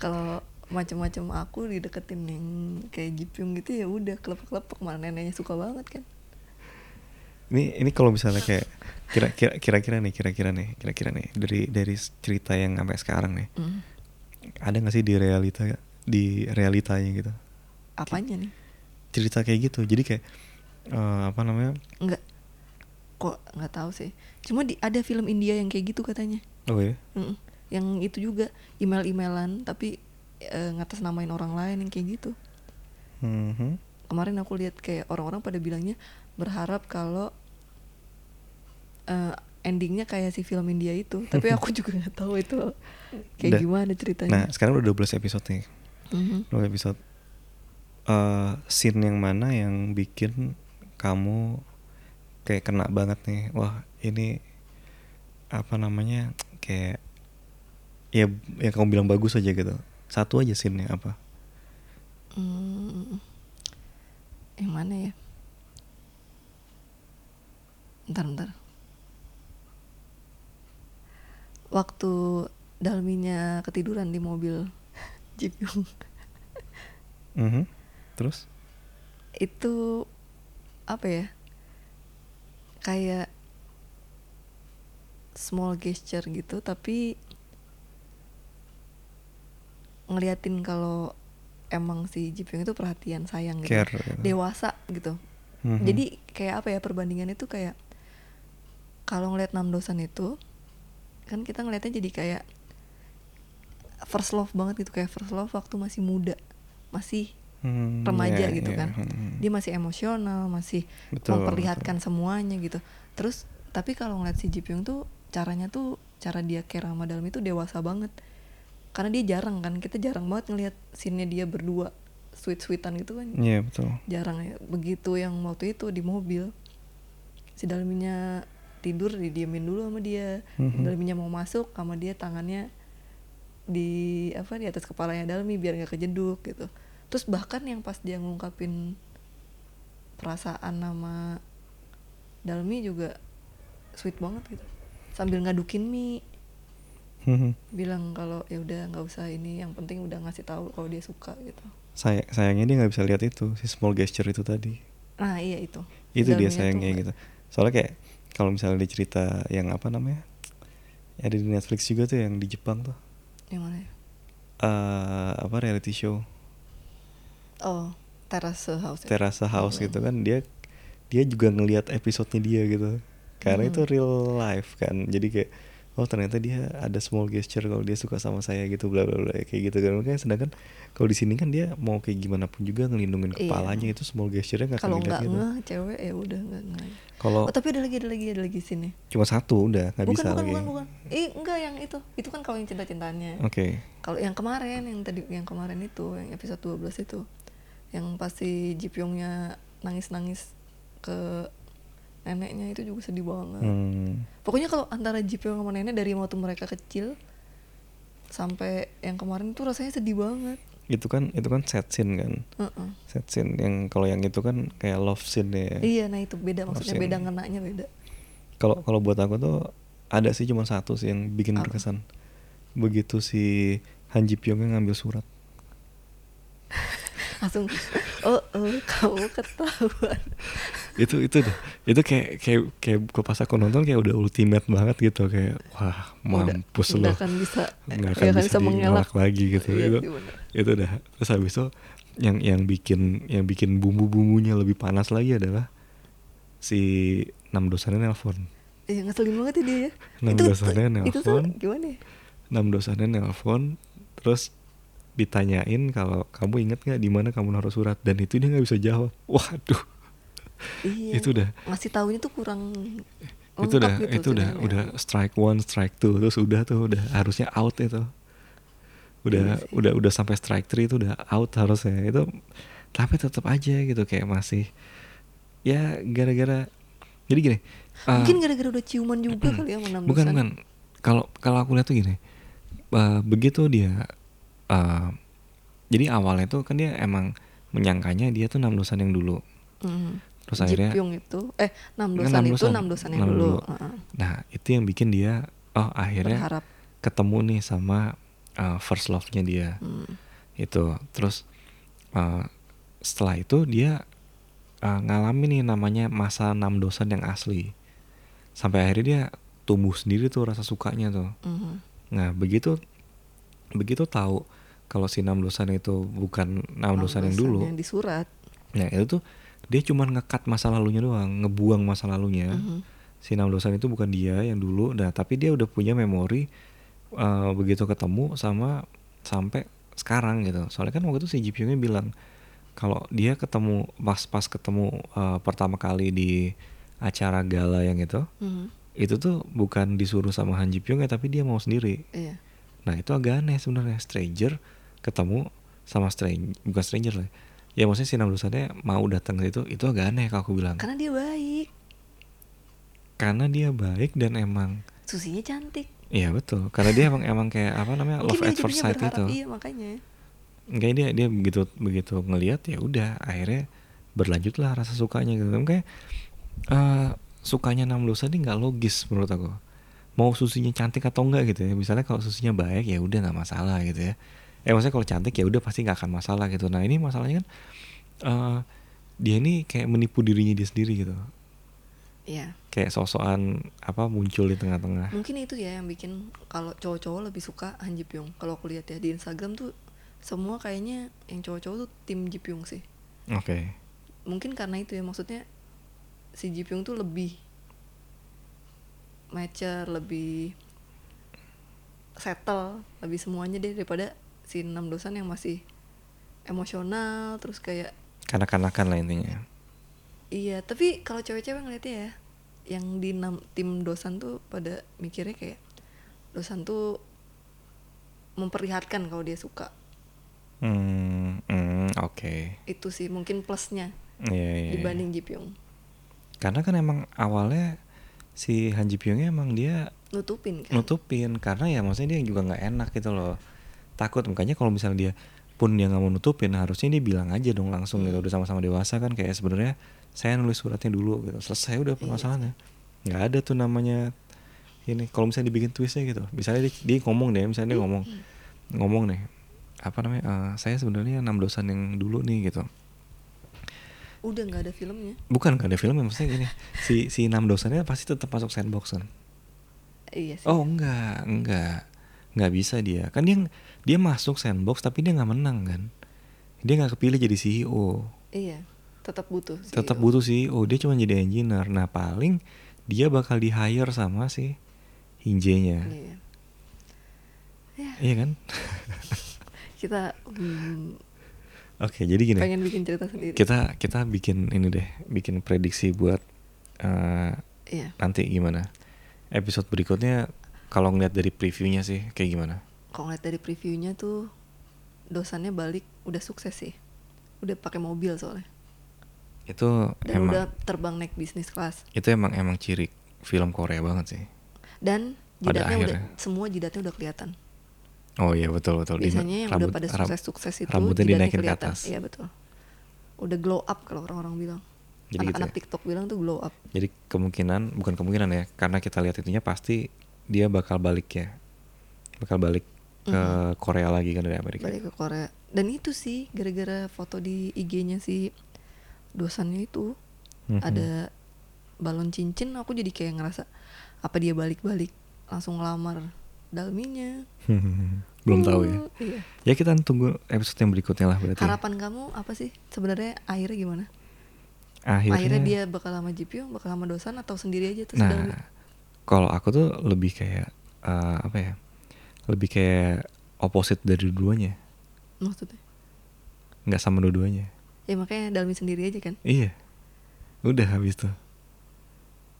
B: kalau macam-macam aku dideketin yang kayak Jipyung gitu ya udah kelepek-kelepek malah neneknya suka banget kan
A: ini ini kalau misalnya kayak kira-kira kira-kira nih, kira-kira nih, kira-kira nih dari dari cerita yang sampai sekarang nih.
B: Mm.
A: Ada nggak sih di realita di realitanya gitu?
B: apanya nih
A: Cerita kayak gitu. Jadi kayak eh, apa namanya?
B: nggak kok nggak tahu sih cuma di ada film India yang kayak gitu katanya
A: Oh ya.
B: Mm-mm. yang itu juga email-emailan tapi eh, ngatasnamain orang lain yang kayak gitu
A: Mhm.
B: kemarin aku lihat kayak orang-orang pada bilangnya berharap kalau eh, endingnya kayak si film India itu tapi aku juga nggak tahu itu kayak
A: Da-
B: gimana
A: Nah,
B: ceritanya
A: sekarang udah 12 episode nih.
B: Mhm.
A: 12 episode. Eh scene yang mana yang bikin kamu kayak kena banget nih. Wah, ini apa namanya? Kayak ya yang kamu bilang bagus aja gitu. Satu aja scene-nya apa?
B: Hmm. yang mana ya ntar ntar waktu Dalminya ketiduran di mobil Jeep Yung.
A: Mhm. Terus?
B: itu apa ya kayak small gesture gitu tapi ngeliatin kalau emang si Jipyong itu perhatian sayang gitu
A: Care gitu.
B: dewasa gitu
A: Mhm.
B: jadi kayak apa ya perbandingannya tuh kayak kalau ngeliat Nam Dosan itu kan kita ngeliatnya jadi kayak first love banget gitu kayak first love waktu masih muda masih
A: Hmm,
B: remaja
A: iya,
B: gitu
A: iya.
B: kan
A: Mhm.
B: dia masih emosional masih
A: Betul,
B: memperlihatkan semuanya gitu terus tapi kalau ngeliat si Jipyong tuh caranya tuh cara dia care sama dalam itu dewasa banget karena dia jarang kan kita jarang banget ngelihat scene-nya dia berdua sweet sweetan gitu kan
A: Iya, betul.
B: jarang ya begitu yang waktu itu di mobil si dalminya tidur didiemin dulu sama dia
A: Mhm.
B: dalminya mau masuk sama dia tangannya di apa di atas kepalanya dalmi biar nggak kejeduk gitu terus bahkan yang pas dia ngungkapin perasaan nama dalmi juga sweet banget gitu sambil ngadukin mie
A: Mhm.
B: bilang kalau ya udah nggak usah ini yang penting udah ngasih tahu kalau dia suka gitu
A: Say- sayangnya dia nggak bisa lihat itu si small gesture itu tadi.
B: nah iya itu
A: itu
B: Dalminya
A: dia
B: tuh
A: sayangnya
B: nggak-
A: gitu soalnya kayak kalau misalnya dia cerita yang apa namanya ada di Netflix juga tuh yang di Jepang tuh
B: yang mana ya
A: eh apa reality show
B: Oh, Terrace House. ya?
A: Terasa House
B: Mm.
A: gitu kan dia dia juga ngelihat episodenya dia gitu karena
B: Mhm.
A: itu real life kan jadi kayak oh ternyata dia ada small gesture kalau dia suka sama saya gitu bla bla bla kayak gitu kan Makanya sedangkan kalau di sini kan dia mau kayak gimana pun juga ngelindungin
B: Iya.
A: kepalanya itu small gesture-nya nggak akan
B: Kalau
A: dilihat
B: nggak
A: gitu
B: ngeh cewek ya udah nggak ngeh.
A: kalau
B: Oh, tapi ada lagi ada lagi ada lagi sini.
A: cuma satu udah nggak
B: bukan
A: bisa
B: bukan
A: lagi
B: bukan bukan. Eh enggak yang itu. Itu kan kalau yang cinta-cintaannya.
A: oke
B: Kalau yang kemarin yang tadi yang kemarin itu yang episode 12 itu yang pasti Jipyongnya nangis-nangis ke neneknya itu juga sedih banget.
A: Hmm.
B: Pokoknya kalau antara Jipyong sama nenek dari waktu mereka kecil sampai yang kemarin tuh rasanya sedih banget.
A: itu kan itu kan set scene kan
B: Heeh.
A: set scene yang kalau yang itu kan kayak love scene ya
B: Iya, nah itu beda maksudnya
A: Maksudnya-
B: beda ngenaknya beda.
A: kalau kalau buat aku tuh ada sih cuma satu sih yang bikin
B: Apa?
A: berkesan begitu si Han Ji Pyongnya ngambil surat
B: langsung oh, oh kamu ketahuan
A: itu itu dah. itu kayak kayak kayak gua pas aku nonton kayak udah ultimate banget gitu kayak wah mampus loh
B: udah, udah kan bisa
A: nggak
B: udah
A: akan bisa,
B: mengelak
A: diolak lagi gitu
B: Iya
A: itu
B: sih, bener.
A: itu dah terus habis itu yang yang bikin yang bikin bumbu bumbunya lebih panas lagi adalah si enam dosannya nelpon
B: Iya, ngeselin banget ya dia ya
A: Nah,
B: itu
A: biasanya
B: itu tuh
A: nelpon.
B: gimana ya
A: enam dosannya nelpon terus ditanyain kalau kamu inget nggak di mana kamu naruh surat dan itu dia nggak bisa jawab waduh
B: iya
A: Itu udah-
B: ngasih tahunya tuh kurang
A: itu
B: lengkap
A: udah
B: gitu
A: itu udah
B: sebenarnya.
A: udah strike one strike two terus udah tuh udah harusnya out itu udah
B: Iya sih.
A: udah udah sampai strike three itu udah out harusnya itu tapi tetap aja gitu kayak masih ya gara-gara jadi gini eh,
B: Ah. mungkin gara-gara udah ciuman juga kali ya sama enam
A: bukan
B: dosan.
A: bukan kalau kalau aku lihat tuh gini eh, begitu dia eh, jadi awalnya tuh kan dia emang menyangkanya dia tuh enam dosan yang dulu.
B: Mm.
A: Terus akhirnya
B: Jipyung itu eh
A: Kan
B: enam dosan
A: enam
B: itu
A: dosan.
B: enam dosan yang
A: Enam
B: dulu. Ah,
A: dulu. nah itu yang bikin dia oh akhirnya
B: Berharap.
A: ketemu nih sama eh, first love-nya dia.
B: Mm.
A: Itu. Terus eh, setelah itu dia eh, ngalamin nih namanya masa enam dosan yang asli. Sampai akhirnya dia tumbuh sendiri tuh rasa sukanya tuh.
B: Mhm.
A: Nah, begitu begitu tahu kalau si enam dosan itu bukan enam dosan yang dulu.
B: Yang di surat.
A: Nah, itu tuh dia cuman ngekat masa lalunya doang, ngebuang masa lalunya.
B: Mhm.
A: Si enam dosan itu bukan dia yang dulu. Nah, tapi dia udah punya memori eh, begitu ketemu sama sampai sekarang gitu. Soalnya kan waktu itu si Ji Pyongnya bilang kalau dia ketemu pas-pas ketemu eh, pertama kali di acara gala yang itu,
B: Mhm.
A: itu tuh bukan disuruh sama Han Ji Pyong ya, tapi dia mau sendiri.
B: Iya.
A: Nah itu agak aneh sebenarnya stranger ketemu sama stranger bukan stranger lah. Ya maksudnya si enam dosannya mau datang ke situ itu agak aneh kalau aku bilang.
B: Karena dia baik,
A: Karena dia baik dan emang
B: susinya cantik.
A: Iya betul. Karena dia emang emang kayak apa namanya Nah,
B: Mungkin
A: love
B: dia
A: at first
B: jadinya
A: sight gitu.
B: berharap,
A: itu.
B: Iya makanya.
A: Kayak dia dia begitu begitu ngelihat ya udah akhirnya berlanjutlah rasa sukanya gitu. Kayak eh, sukanya enam dosan ini nggak logis menurut aku. Mau susinya cantik atau enggak gitu ya. Misalnya kalau susinya baik ya udah nggak masalah gitu ya. Eh maksudnya kalau cantik ya udah pasti nggak akan masalah gitu. Nah ini masalahnya kan eh, dia ini kayak menipu dirinya dia sendiri gitu.
B: Iya.
A: Kayak sosokan apa muncul di tengah-tengah.
B: Mungkin itu ya yang bikin kalau cowok-cowok lebih suka Han Ji Pyong. Kalau aku lihat ya di Instagram tuh semua kayaknya yang cowok-cowok tuh tim Ji Pyong sih.
A: Oke.
B: Mungkin karena itu ya maksudnya si Ji Pyong tuh lebih mature, lebih settle, lebih semuanya deh daripada si enam dosan yang masih emosional terus kayak
A: Kanak-kanakan lah intinya.
B: Iya, tapi kalau cewek-cewek ngeliatnya ya, yang di nam- tim dosan tuh pada mikirnya kayak dosan tuh memperlihatkan kalau dia suka.
A: Hmm, hmm, oke.
B: Itu sih mungkin plusnya
A: Iya, iya, iya.
B: dibanding Ji Pyong.
A: Karena kan emang awalnya si Han Ji Pyongnya emang dia
B: Nutupin kan.
A: nutupin karena ya maksudnya dia juga nggak enak gitu loh. Takut makanya kalau misalnya dia pun dia nggak mau nutupin harusnya dia bilang aja dong langsung gitu udah sama-sama dewasa kan kayak sebenarnya saya nulis suratnya dulu gitu selesai udah permasalahannya nggak ada tuh namanya ini kalau misalnya dibikin twistnya gitu misalnya dia, dia ngomong deh misalnya dia ngomong ngomong nih apa namanya eh, saya sebenarnya enam dosan yang dulu nih gitu
B: Udah nggak ada filmnya.
A: bukan nggak ada filmnya maksudnya gini si si enam dosennya pasti tetap masuk sandbox kan
B: Eh, Iya sih.
A: oh enggak enggak nggak bisa dia kan dia dia masuk sandbox tapi dia nggak menang kan dia nggak kepilih jadi CEO
B: Iya. Tetap butuh. sih.
A: tetap butuh CEO dia cuma jadi engineer nah paling dia bakal di hire sama si Hinjenya
B: Iya.
A: ya?
B: Ya,
A: iya kan
B: Kita hmm,
A: oke jadi gini
B: pengen bikin cerita sendiri.
A: kita kita bikin ini deh bikin prediksi buat eh,
B: Iya.
A: nanti gimana episode berikutnya kalau ngeliat dari previewnya sih kayak gimana
B: Kalau ngeliat dari previewnya tuh dosannya balik udah sukses sih. Udah pakai mobil soalnya.
A: itu
B: Dan
A: emang
B: udah terbang naik bisnis kelas.
A: itu emang emang ciri film Korea banget sih
B: dan
A: Pada
B: jidatnya udah
A: akhirnya.
B: semua jidatnya udah kelihatan.
A: oh iya betul betul Di-
B: Biasanya yang
A: rambut-
B: udah pada
A: rab-
B: sukses-sukses itu
A: rambutnya
B: jidatnya
A: dinaikin ke
B: kelihatan.
A: atas
B: Iya betul. Udah glow up kalau orang-orang bilang.
A: Jadi gitu
B: Anak-anak
A: ya?
B: TikTok bilang tuh glow up.
A: jadi kemungkinan bukan kemungkinan ya karena kita lihat itunya pasti dia bakal balik ya bakal balik ke Korea lagi kan dari Amerika
B: Mm-hmm. Balik ke Korea. Dan itu sih gara-gara foto di IG-nya si dosannya itu
A: Mhm.
B: ada balon cincin aku jadi kayak ngerasa apa dia balik-balik langsung ngelamar dalminya.
A: belum tahu ya
B: Uh, Iya.
A: ya kita tunggu episode yang berikutnya lah berarti ya?
B: Harapan kamu apa sih? Sebenarnya akhirnya gimana?
A: akhirnya, Hmm.
B: akhirnya dia bakal sama Jipyong, bakal sama Dosan atau sendiri aja terus
A: nah kalau aku tuh lebih kayak eh, apa ya lebih kayak opposite dari duanya
B: maksudnya.
A: nggak sama dua-duanya
B: Ya makanya Dalmi sendiri aja kan.
A: Iya. Udah habis tuh.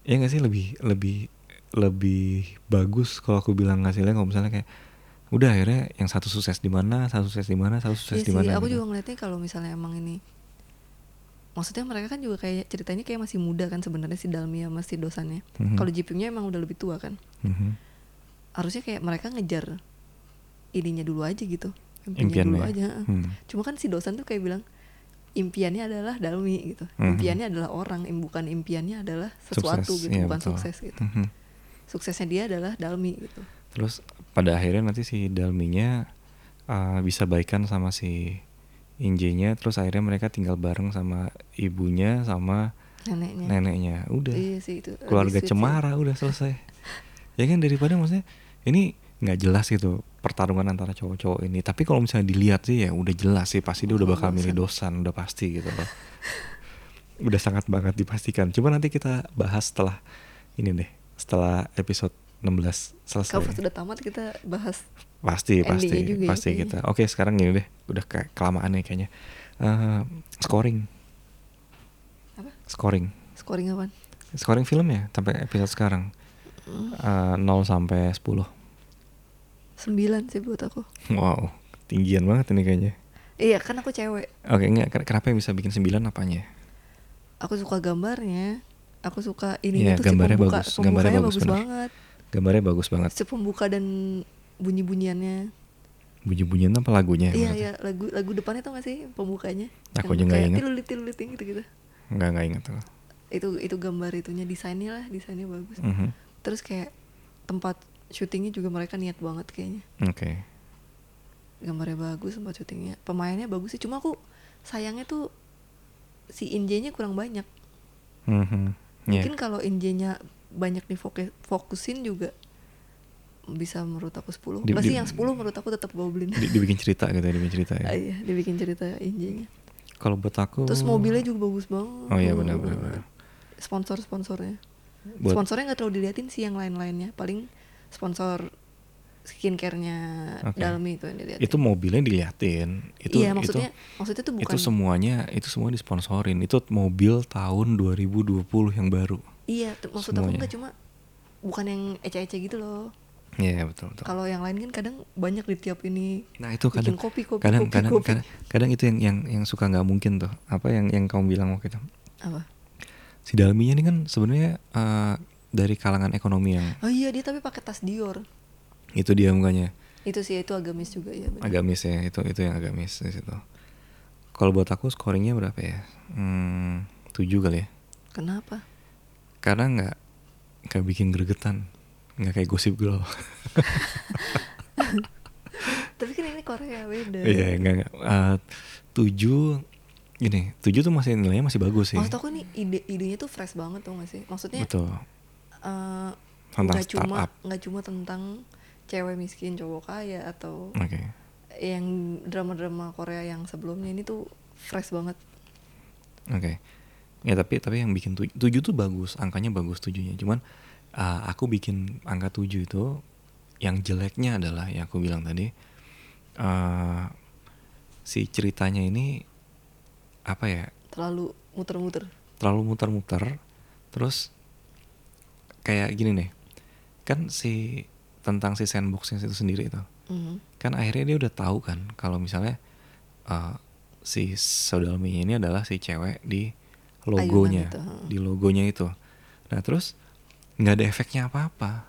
A: Ya nggak sih lebih lebih lebih bagus kalau aku bilang hasilnya kalau misalnya kayak udah akhirnya yang satu sukses di mana, satu sukses di mana, satu
B: Iya
A: sukses di
B: sih,
A: mana.
B: aku
A: gitu.
B: juga ngeliatnya kalau misalnya emang ini maksudnya mereka kan juga kayak ceritanya kayak masih muda kan sebenarnya si Dalmi sama si Dosannya.
A: Mhm.
B: Kalau Jipyongnya emang udah lebih tua kan.
A: Mhm.
B: Harusnya kayak mereka ngejar ininya dulu aja gitu. impiannya dulu
A: Impiannya.
B: aja
A: Hmm.
B: cuma kan si dosen tuh kayak bilang impiannya adalah dalmi gitu
A: Mhm.
B: impiannya adalah orang im- bukan impiannya adalah sesuatu
A: Sukses,
B: gitu
A: iya,
B: bukan
A: betul.
B: sukses gitu
A: Mhm.
B: suksesnya dia adalah dalmi gitu
A: Terus pada akhirnya nanti si Dalminya uh, bisa baikan sama si Injenya terus akhirnya mereka tinggal bareng sama ibunya sama
B: neneknya
A: neneknya. Udah.
B: iya sih itu lebih
A: keluarga
B: sweet sih.
A: cemara udah selesai. ya kan daripada maksudnya ini nggak jelas gitu pertarungan antara cowok-cowok ini. Tapi kalau misalnya dilihat sih ya udah jelas sih pasti dia
B: Oh,
A: udah bakal milih dosan udah pasti gitu loh. udah sangat banget dipastikan. Cuma nanti kita bahas setelah ini deh, setelah episode 16 selesai.
B: kalau sudah tamat kita bahas
A: Pasti
B: Endingnya
A: pasti
B: juga ya,
A: pasti
B: kayaknya.
A: kita. Oke sekarang gini deh, udah ke kelamaan nih kayaknya. Eh, scoring,
B: apa
A: scoring,
B: scoring apa
A: scoring film ya sampai episode sekarang Eh, 0 sampai 10
B: sembilan sih buat aku
A: Wow, tinggian banget ini kayaknya.
B: iya kan aku cewek
A: Oke enggak ken- kenapa yang bisa bikin 9 apanya?
B: aku suka gambarnya aku suka ini
A: Iya,
B: tuh
A: gambarnya
B: si pembuka
A: bagus. Gambarnya
B: pembukanya
A: bagus,
B: bagus,
A: bener.
B: banget
A: Gambarnya bagus banget.
B: si pembuka dan bunyi bunyiannya
A: Bunyi-bunyian apa lagunya? maksudnya?
B: iya iya lagu lagu depannya tau gak sih pembukanya
A: Aku juga
B: Yang
A: nggak
B: kayak
A: ingat.
B: tilulit tilulitin gitu gitu
A: Enggak enggak ingat aku.
B: itu itu gambar itunya desainnya lah desainnya bagus
A: Mhm.
B: terus kayak tempat syutingnya juga mereka niat banget kayaknya
A: Oke.
B: gambarnya bagus tempat syutingnya pemainnya bagus sih cuma aku sayangnya tuh si Injenya kurang banyak
A: Mhm. Iya.
B: mungkin kalau Injenya banyak difokusin juga bisa menurut aku 10
A: Di-
B: masih
A: di-
B: yang 10 menurut aku tetap Goblin
A: Di- dibikin cerita gitu, dibikin cerita ya.
B: Ah, iya dibikin cerita Injenya
A: Kalau buat aku
B: terus mobilnya juga bagus banget
A: Oh iya benar benar. benar.
B: sponsor sponsornya
A: Buat-
B: sponsornya nggak terlalu diliatin sih yang lain-lainnya paling sponsor skincare-nya
A: Oke.
B: Dalmi itu yang diliatin
A: Itu mobilnya diliatin. Itu
B: iya
A: itu
B: maksudnya maksudnya tuh bukan
A: itu semuanya itu semua disponsorin. Itu mobil tahun 2020 yang baru.
B: iya tuh, maksud aku
A: semuanya.
B: enggak cuma bukan yang ece-ece gitu loh
A: Iya betul betul.
B: kalau yang lain kan kadang banyak di tiap ini
A: Nah itu kadang
B: bikin kopi kopi
A: kadang,
B: kopi,
A: kadang,
B: kopi.
A: kadang kadang itu yang yang yang suka nggak mungkin tuh apa yang yang kamu bilang waktu itu
B: apa
A: si Dalminya ini kan sebenarnya eh, dari kalangan ekonomi yang
B: oh iya dia tapi pakai tas Dior
A: itu dia mukanya
B: itu sih itu agamis juga ya benar.
A: agak miss ya itu itu yang agak miss di situ. Kalau buat aku scoringnya berapa ya? Hmm, tujuh kali ya.
B: kenapa
A: Karena nggak nggak bikin gregetan, nggak kayak gosip gitu girl.
B: tapi kan ini Korea beda
A: Iya nggak nggak. Eh, tujuh gini tujuh tuh masih nilainya masih bagus sih.
B: maksud aku nih ide idenya tuh fresh banget tuh gak sih maksudnya
A: Betul.
B: eh,
A: Tentang
B: nggak cuma
A: startup.
B: nggak cuma tentang cewek miskin cowok kaya atau
A: Oke.
B: yang drama-drama Korea yang sebelumnya ini tuh fresh banget
A: Oke. Ya tapi tapi yang bikin tuj- tujuh tuh bagus, angkanya bagus tujuhnya. Cuman uh, aku bikin angka tujuh itu yang jeleknya adalah yang aku bilang tadi uh, si ceritanya ini apa ya
B: terlalu muter-muter
A: terlalu muter-muter terus kayak gini nih kan si tentang si sandboxnya itu sendiri itu
B: Mhm.
A: kan akhirnya dia udah tahu kan kalau misalnya uh, si Sodalmi ini adalah si cewek di logonya
B: Ayunan itu, hmm. heeh.
A: di logonya itu nah terus nggak ada efeknya apa-apa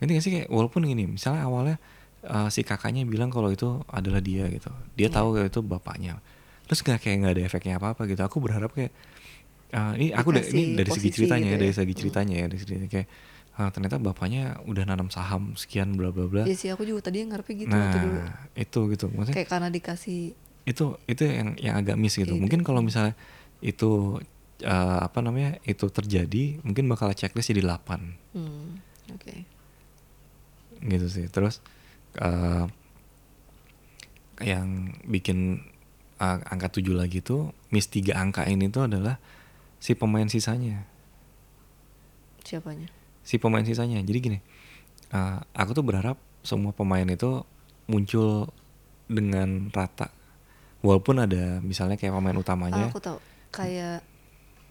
A: ini gak sih kayak walaupun gini misalnya awalnya uh, si kakaknya bilang kalau itu adalah dia gitu dia
B: Iya.
A: tahu kalau itu bapaknya terus nggak kayak nggak ada efeknya apa-apa gitu aku berharap kayak uh, ini aku da- ini
B: Dikasih
A: dari segi
B: posisi
A: ceritanya
B: gitu
A: dari
B: ya.
A: segi
B: Hmm.
A: ceritanya ya dari segi kayak ah, ternyata bapaknya udah nanam saham sekian bla bla bla
B: ya sih aku juga tadi ngarepnya gitu
A: nah
B: waktu dulu
A: itu gitu maksudnya
B: kayak karena dikasih
A: itu itu yang yang agak miss gitu
B: Gitu.
A: mungkin kalau misalnya itu eh, apa namanya itu terjadi mungkin bakal checklist jadi 8
B: hmm, oke
A: gitu sih terus eh, yang bikin eh, angka 7 lagi tuh miss tiga angka ini tuh adalah si pemain sisanya
B: siapanya
A: si pemain sisanya jadi gini eh, aku tuh berharap semua pemain itu muncul dengan rata walaupun ada misalnya kayak pemain
B: ah,
A: utamanya
B: aku tahu kayak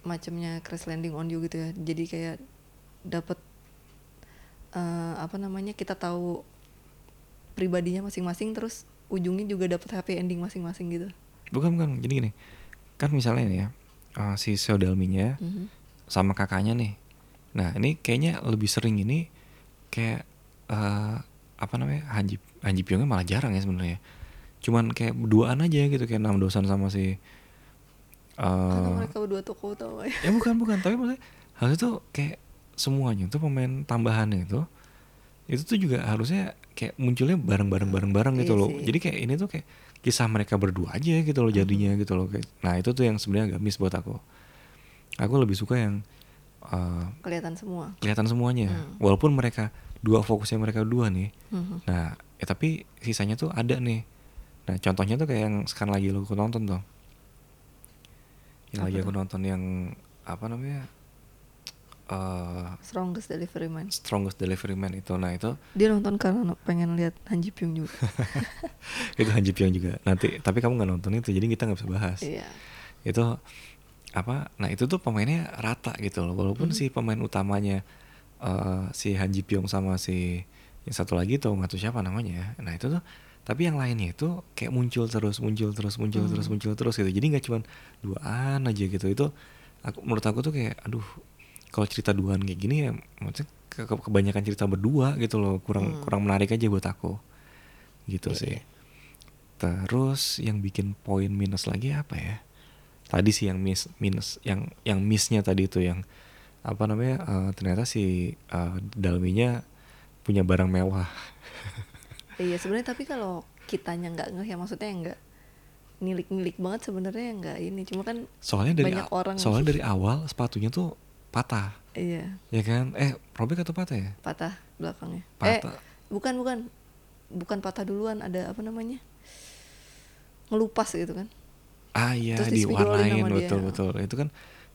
B: macamnya crash landing on you gitu ya jadi kayak dapat eh, apa namanya kita tahu pribadinya masing-masing terus ujungnya juga dapat happy ending masing-masing gitu
A: bukan bukan jadi gini kan misalnya nih ya eh, si Sodalminya
B: Mhm.
A: sama kakaknya nih nah ini kayaknya lebih sering ini kayak eh, apa namanya Haji Haji Pyongnya malah jarang ya sebenarnya cuman kayak berduaan aja gitu kayak enam dosan sama si
B: Karena
A: eh,
B: mereka berdua toko tau ya.
A: ya bukan bukan tapi maksudnya harusnya tuh kayak semuanya tuh pemain tambahan itu itu tuh juga harusnya kayak munculnya bareng bareng bareng bareng gitu
B: Iya
A: loh
B: sih. Hmm.
A: jadi kayak ini tuh kayak kisah mereka berdua aja gitu loh jadinya gitu loh Kayak- nah itu tuh yang sebenarnya agak miss buat aku aku lebih suka yang eh,
B: Kelihatan semua.
A: kelihatan semuanya
B: Hmm.
A: walaupun mereka dua fokusnya mereka dua nih
B: Mhm.
A: nah eh, tapi sisanya tuh ada nih nah contohnya tuh kayak yang sekarang lagi aku nonton tuh yang
B: Apa
A: lagi aku
B: tuh?
A: nonton yang apa namanya eh
B: Strongest delivery man.
A: strongest delivery man itu nah itu
B: Dia nonton karena pengen lihat Han Ji Pyong juga.
A: itu Han Ji Pyong juga nanti tapi kamu nggak nonton itu jadi kita nggak bisa bahas
B: Iya.
A: itu apa nah itu tuh pemainnya rata gitu loh walaupun si pemain utamanya eh, si Han Ji Pyong sama si yang satu lagi tuh nggak tahu siapa namanya ya. nah itu tuh tapi yang lainnya itu kayak muncul terus muncul terus muncul terus
B: Hmm.
A: muncul terus gitu jadi nggak cuman duaan aja gitu itu aku menurut aku tuh kayak aduh kalau cerita duaan kayak gini ya maksudnya ke- ke- kebanyakan cerita berdua gitu loh kurang
B: Hmm.
A: kurang menarik aja buat aku gitu
B: Iya,
A: sih
B: iya.
A: Terus yang bikin poin minus lagi apa ya? Tadi sih yang miss minus yang yang missnya tadi itu yang apa namanya? eh, ternyata si eh, Dalminya punya barang mewah.
B: Iya sebenarnya tapi kalau kitanya nggak ngeh ya maksudnya yang nggak nilik-nilik banget sebenarnya yang nggak ini cuma kan
A: Soalnya dari
B: Banyak
A: a-
B: orang.
A: soalnya dari awal sepatunya tuh patah,
B: iya
A: ya kan? Eh, robek atau patah ya?
B: patah belakangnya. Eh
A: Patah.
B: bukan bukan bukan patah duluan ada apa namanya ngelupas gitu kan?
A: ah iya
B: terus
A: diwarnain
B: dispidolin sama dia.
A: betul betul. Itu kan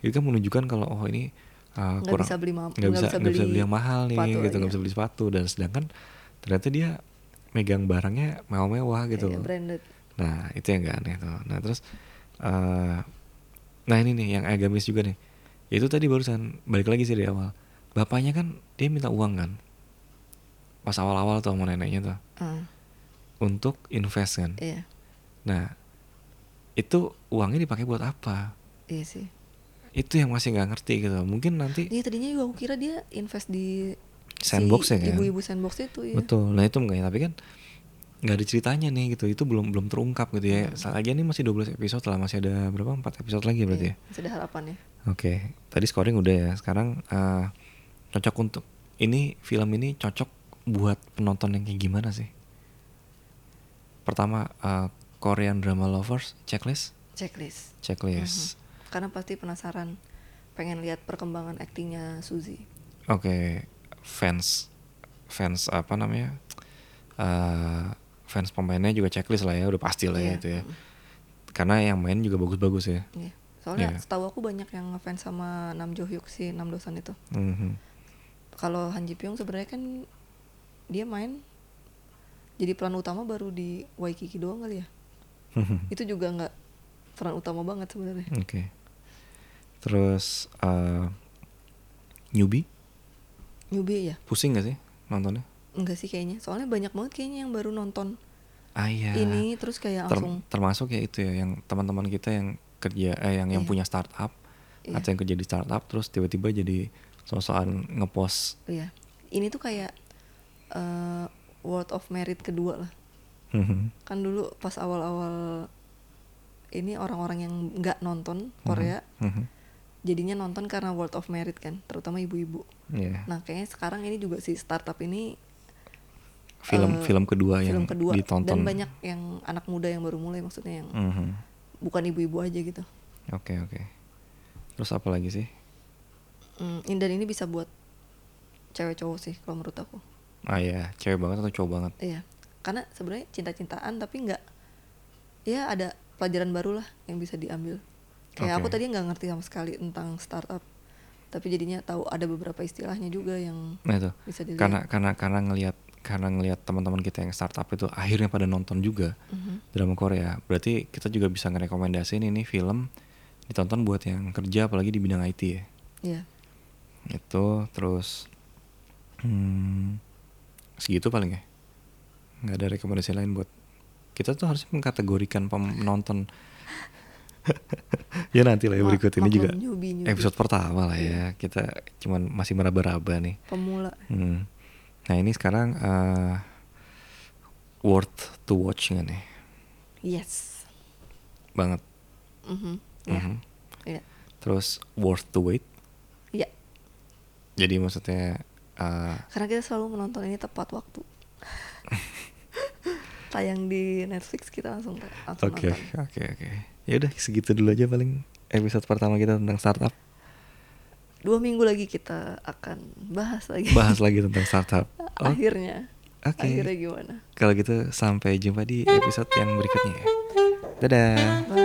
A: itu kan menunjukkan kalau oh ini eh,
B: Nggak
A: kurang
B: bisa beli ma-
A: nggak bisa nggak bisa beli yang mahal nih
B: sepatu,
A: gitu nggak
B: iya.
A: bisa beli sepatu dan sedangkan ternyata dia megang barangnya mewah-mewah gitu
B: Iya,
A: loh.
B: branded.
A: nah itu yang gak aneh tuh nah terus eh nah ini nih yang agamis juga nih itu tadi barusan balik lagi sih dari awal bapaknya kan dia minta uang kan pas awal-awal tuh sama neneknya tuh
B: Ah,
A: untuk invest kan
B: iya
A: nah itu uangnya dipakai buat apa
B: iya sih.
A: itu yang masih nggak ngerti gitu mungkin nanti
B: Iya tadinya juga aku kira dia invest di
A: Sandbox ya,
B: si
A: kan?
B: ibu-ibu sandbox itu ya.
A: Betul. Nah itu makanya tapi kan nggak ada ceritanya nih gitu. Itu belum belum terungkap gitu ya.
B: Hmm.
A: Saat aja nih masih 12 episode lah, masih ada berapa? 4 episode lagi berarti ya.
B: Sudah harapan ya.
A: Oke. Tadi scoring udah ya. Sekarang eh, cocok untuk ini film ini cocok buat penonton yang kayak gimana sih? Pertama eh, Korean drama lovers checklist,
B: Checklist.
A: checklist.
B: Mhm. Karena pasti penasaran pengen lihat perkembangan aktingnya Suzy.
A: Oke, fans fans apa namanya? eh fans pemainnya juga checklist lah ya, udah pasti lah ya
B: Iya,
A: itu ya.
B: mm.
A: Karena yang main juga bagus-bagus ya.
B: Iya. Soalnya
A: Iya.
B: setahu aku banyak yang ngefans sama Nam Jo Hyuk si Nam Dosan itu.
A: Mhm.
B: Kalau Han Ji Pyong sebenarnya kan dia main jadi peran utama baru di Waikiki doang kali ya. Itu juga nggak peran utama banget sebenarnya.
A: Oke. Terus eh newbie
B: Newbie ya?
A: pusing gak sih nontonnya?
B: Enggak sih kayaknya. Soalnya banyak banget kayaknya yang baru nonton
A: Ah iya.
B: ini terus kayak
A: Ter-
B: langsung
A: termasuk ya itu ya yang teman-teman kita yang kerja eh yang yang
B: Iya.
A: punya startup
B: Iya.
A: atau yang kerja di startup terus tiba-tiba jadi sosokan ngepost.
B: iya. Ini tuh kayak eh, word of merit kedua lah.
A: Mhm.
B: kan dulu pas awal-awal ini orang-orang yang nggak nonton Korea
A: Mhm.
B: jadinya nonton karena word of merit kan terutama ibu-ibu
A: Iya.
B: nah kayaknya sekarang ini juga si startup ini
A: film
B: eh,
A: film kedua Oh, yang
B: film kedua
A: ditonton
B: dan banyak yang anak muda yang baru mulai maksudnya yang
A: Mhm.
B: bukan ibu-ibu aja gitu
A: oke oke terus apa lagi sih
B: Hmm, dan ini bisa buat cewek cowok sih kalau menurut aku
A: ah ya cewek banget atau cowok banget
B: iya karena sebenarnya cinta-cintaan tapi nggak ya ada pelajaran baru lah yang bisa diambil kayak
A: Oke.
B: aku tadi nggak ngerti sama sekali tentang startup tapi jadinya tahu ada beberapa istilahnya juga yang
A: nah itu
B: bisa dilihat
A: karena karena karena ngelihat karena ngelihat teman-teman kita yang startup itu akhirnya pada nonton juga
B: Mhm.
A: drama Korea berarti kita juga bisa ngerekomendasiin ini film ditonton buat yang kerja apalagi di bidang IT ya
B: Iya.
A: itu terus hmm, segitu paling ya nggak ada rekomendasi lain buat kita tuh harus mengkategorikan penonton ya nanti lah ya
B: Ma-
A: berikut ini
B: maklum,
A: juga
B: newbie, newbie.
A: episode pertama lah ya kita cuman masih meraba-raba nih
B: pemula
A: Hmm. nah ini sekarang eh, worth to watch nggak nih?
B: Yes.
A: Banget.
B: Mhm. Ya.
A: Mhm.
B: Ya.
A: Terus worth to wait.
B: Ya.
A: Jadi maksudnya eh,
B: Karena kita selalu menonton ini tepat waktu. Tayang di Netflix kita langsung langsung
A: Oke,
B: nonton.
A: oke, oke. Ya udah segitu dulu aja paling episode pertama kita tentang startup.
B: Dua minggu lagi kita akan bahas lagi.
A: Bahas lagi tentang startup. Oh,
B: Akhirnya.
A: Oke.
B: Akhirnya gimana?
A: kalau gitu sampai jumpa di episode yang berikutnya. ya. Dadah.
B: Bye.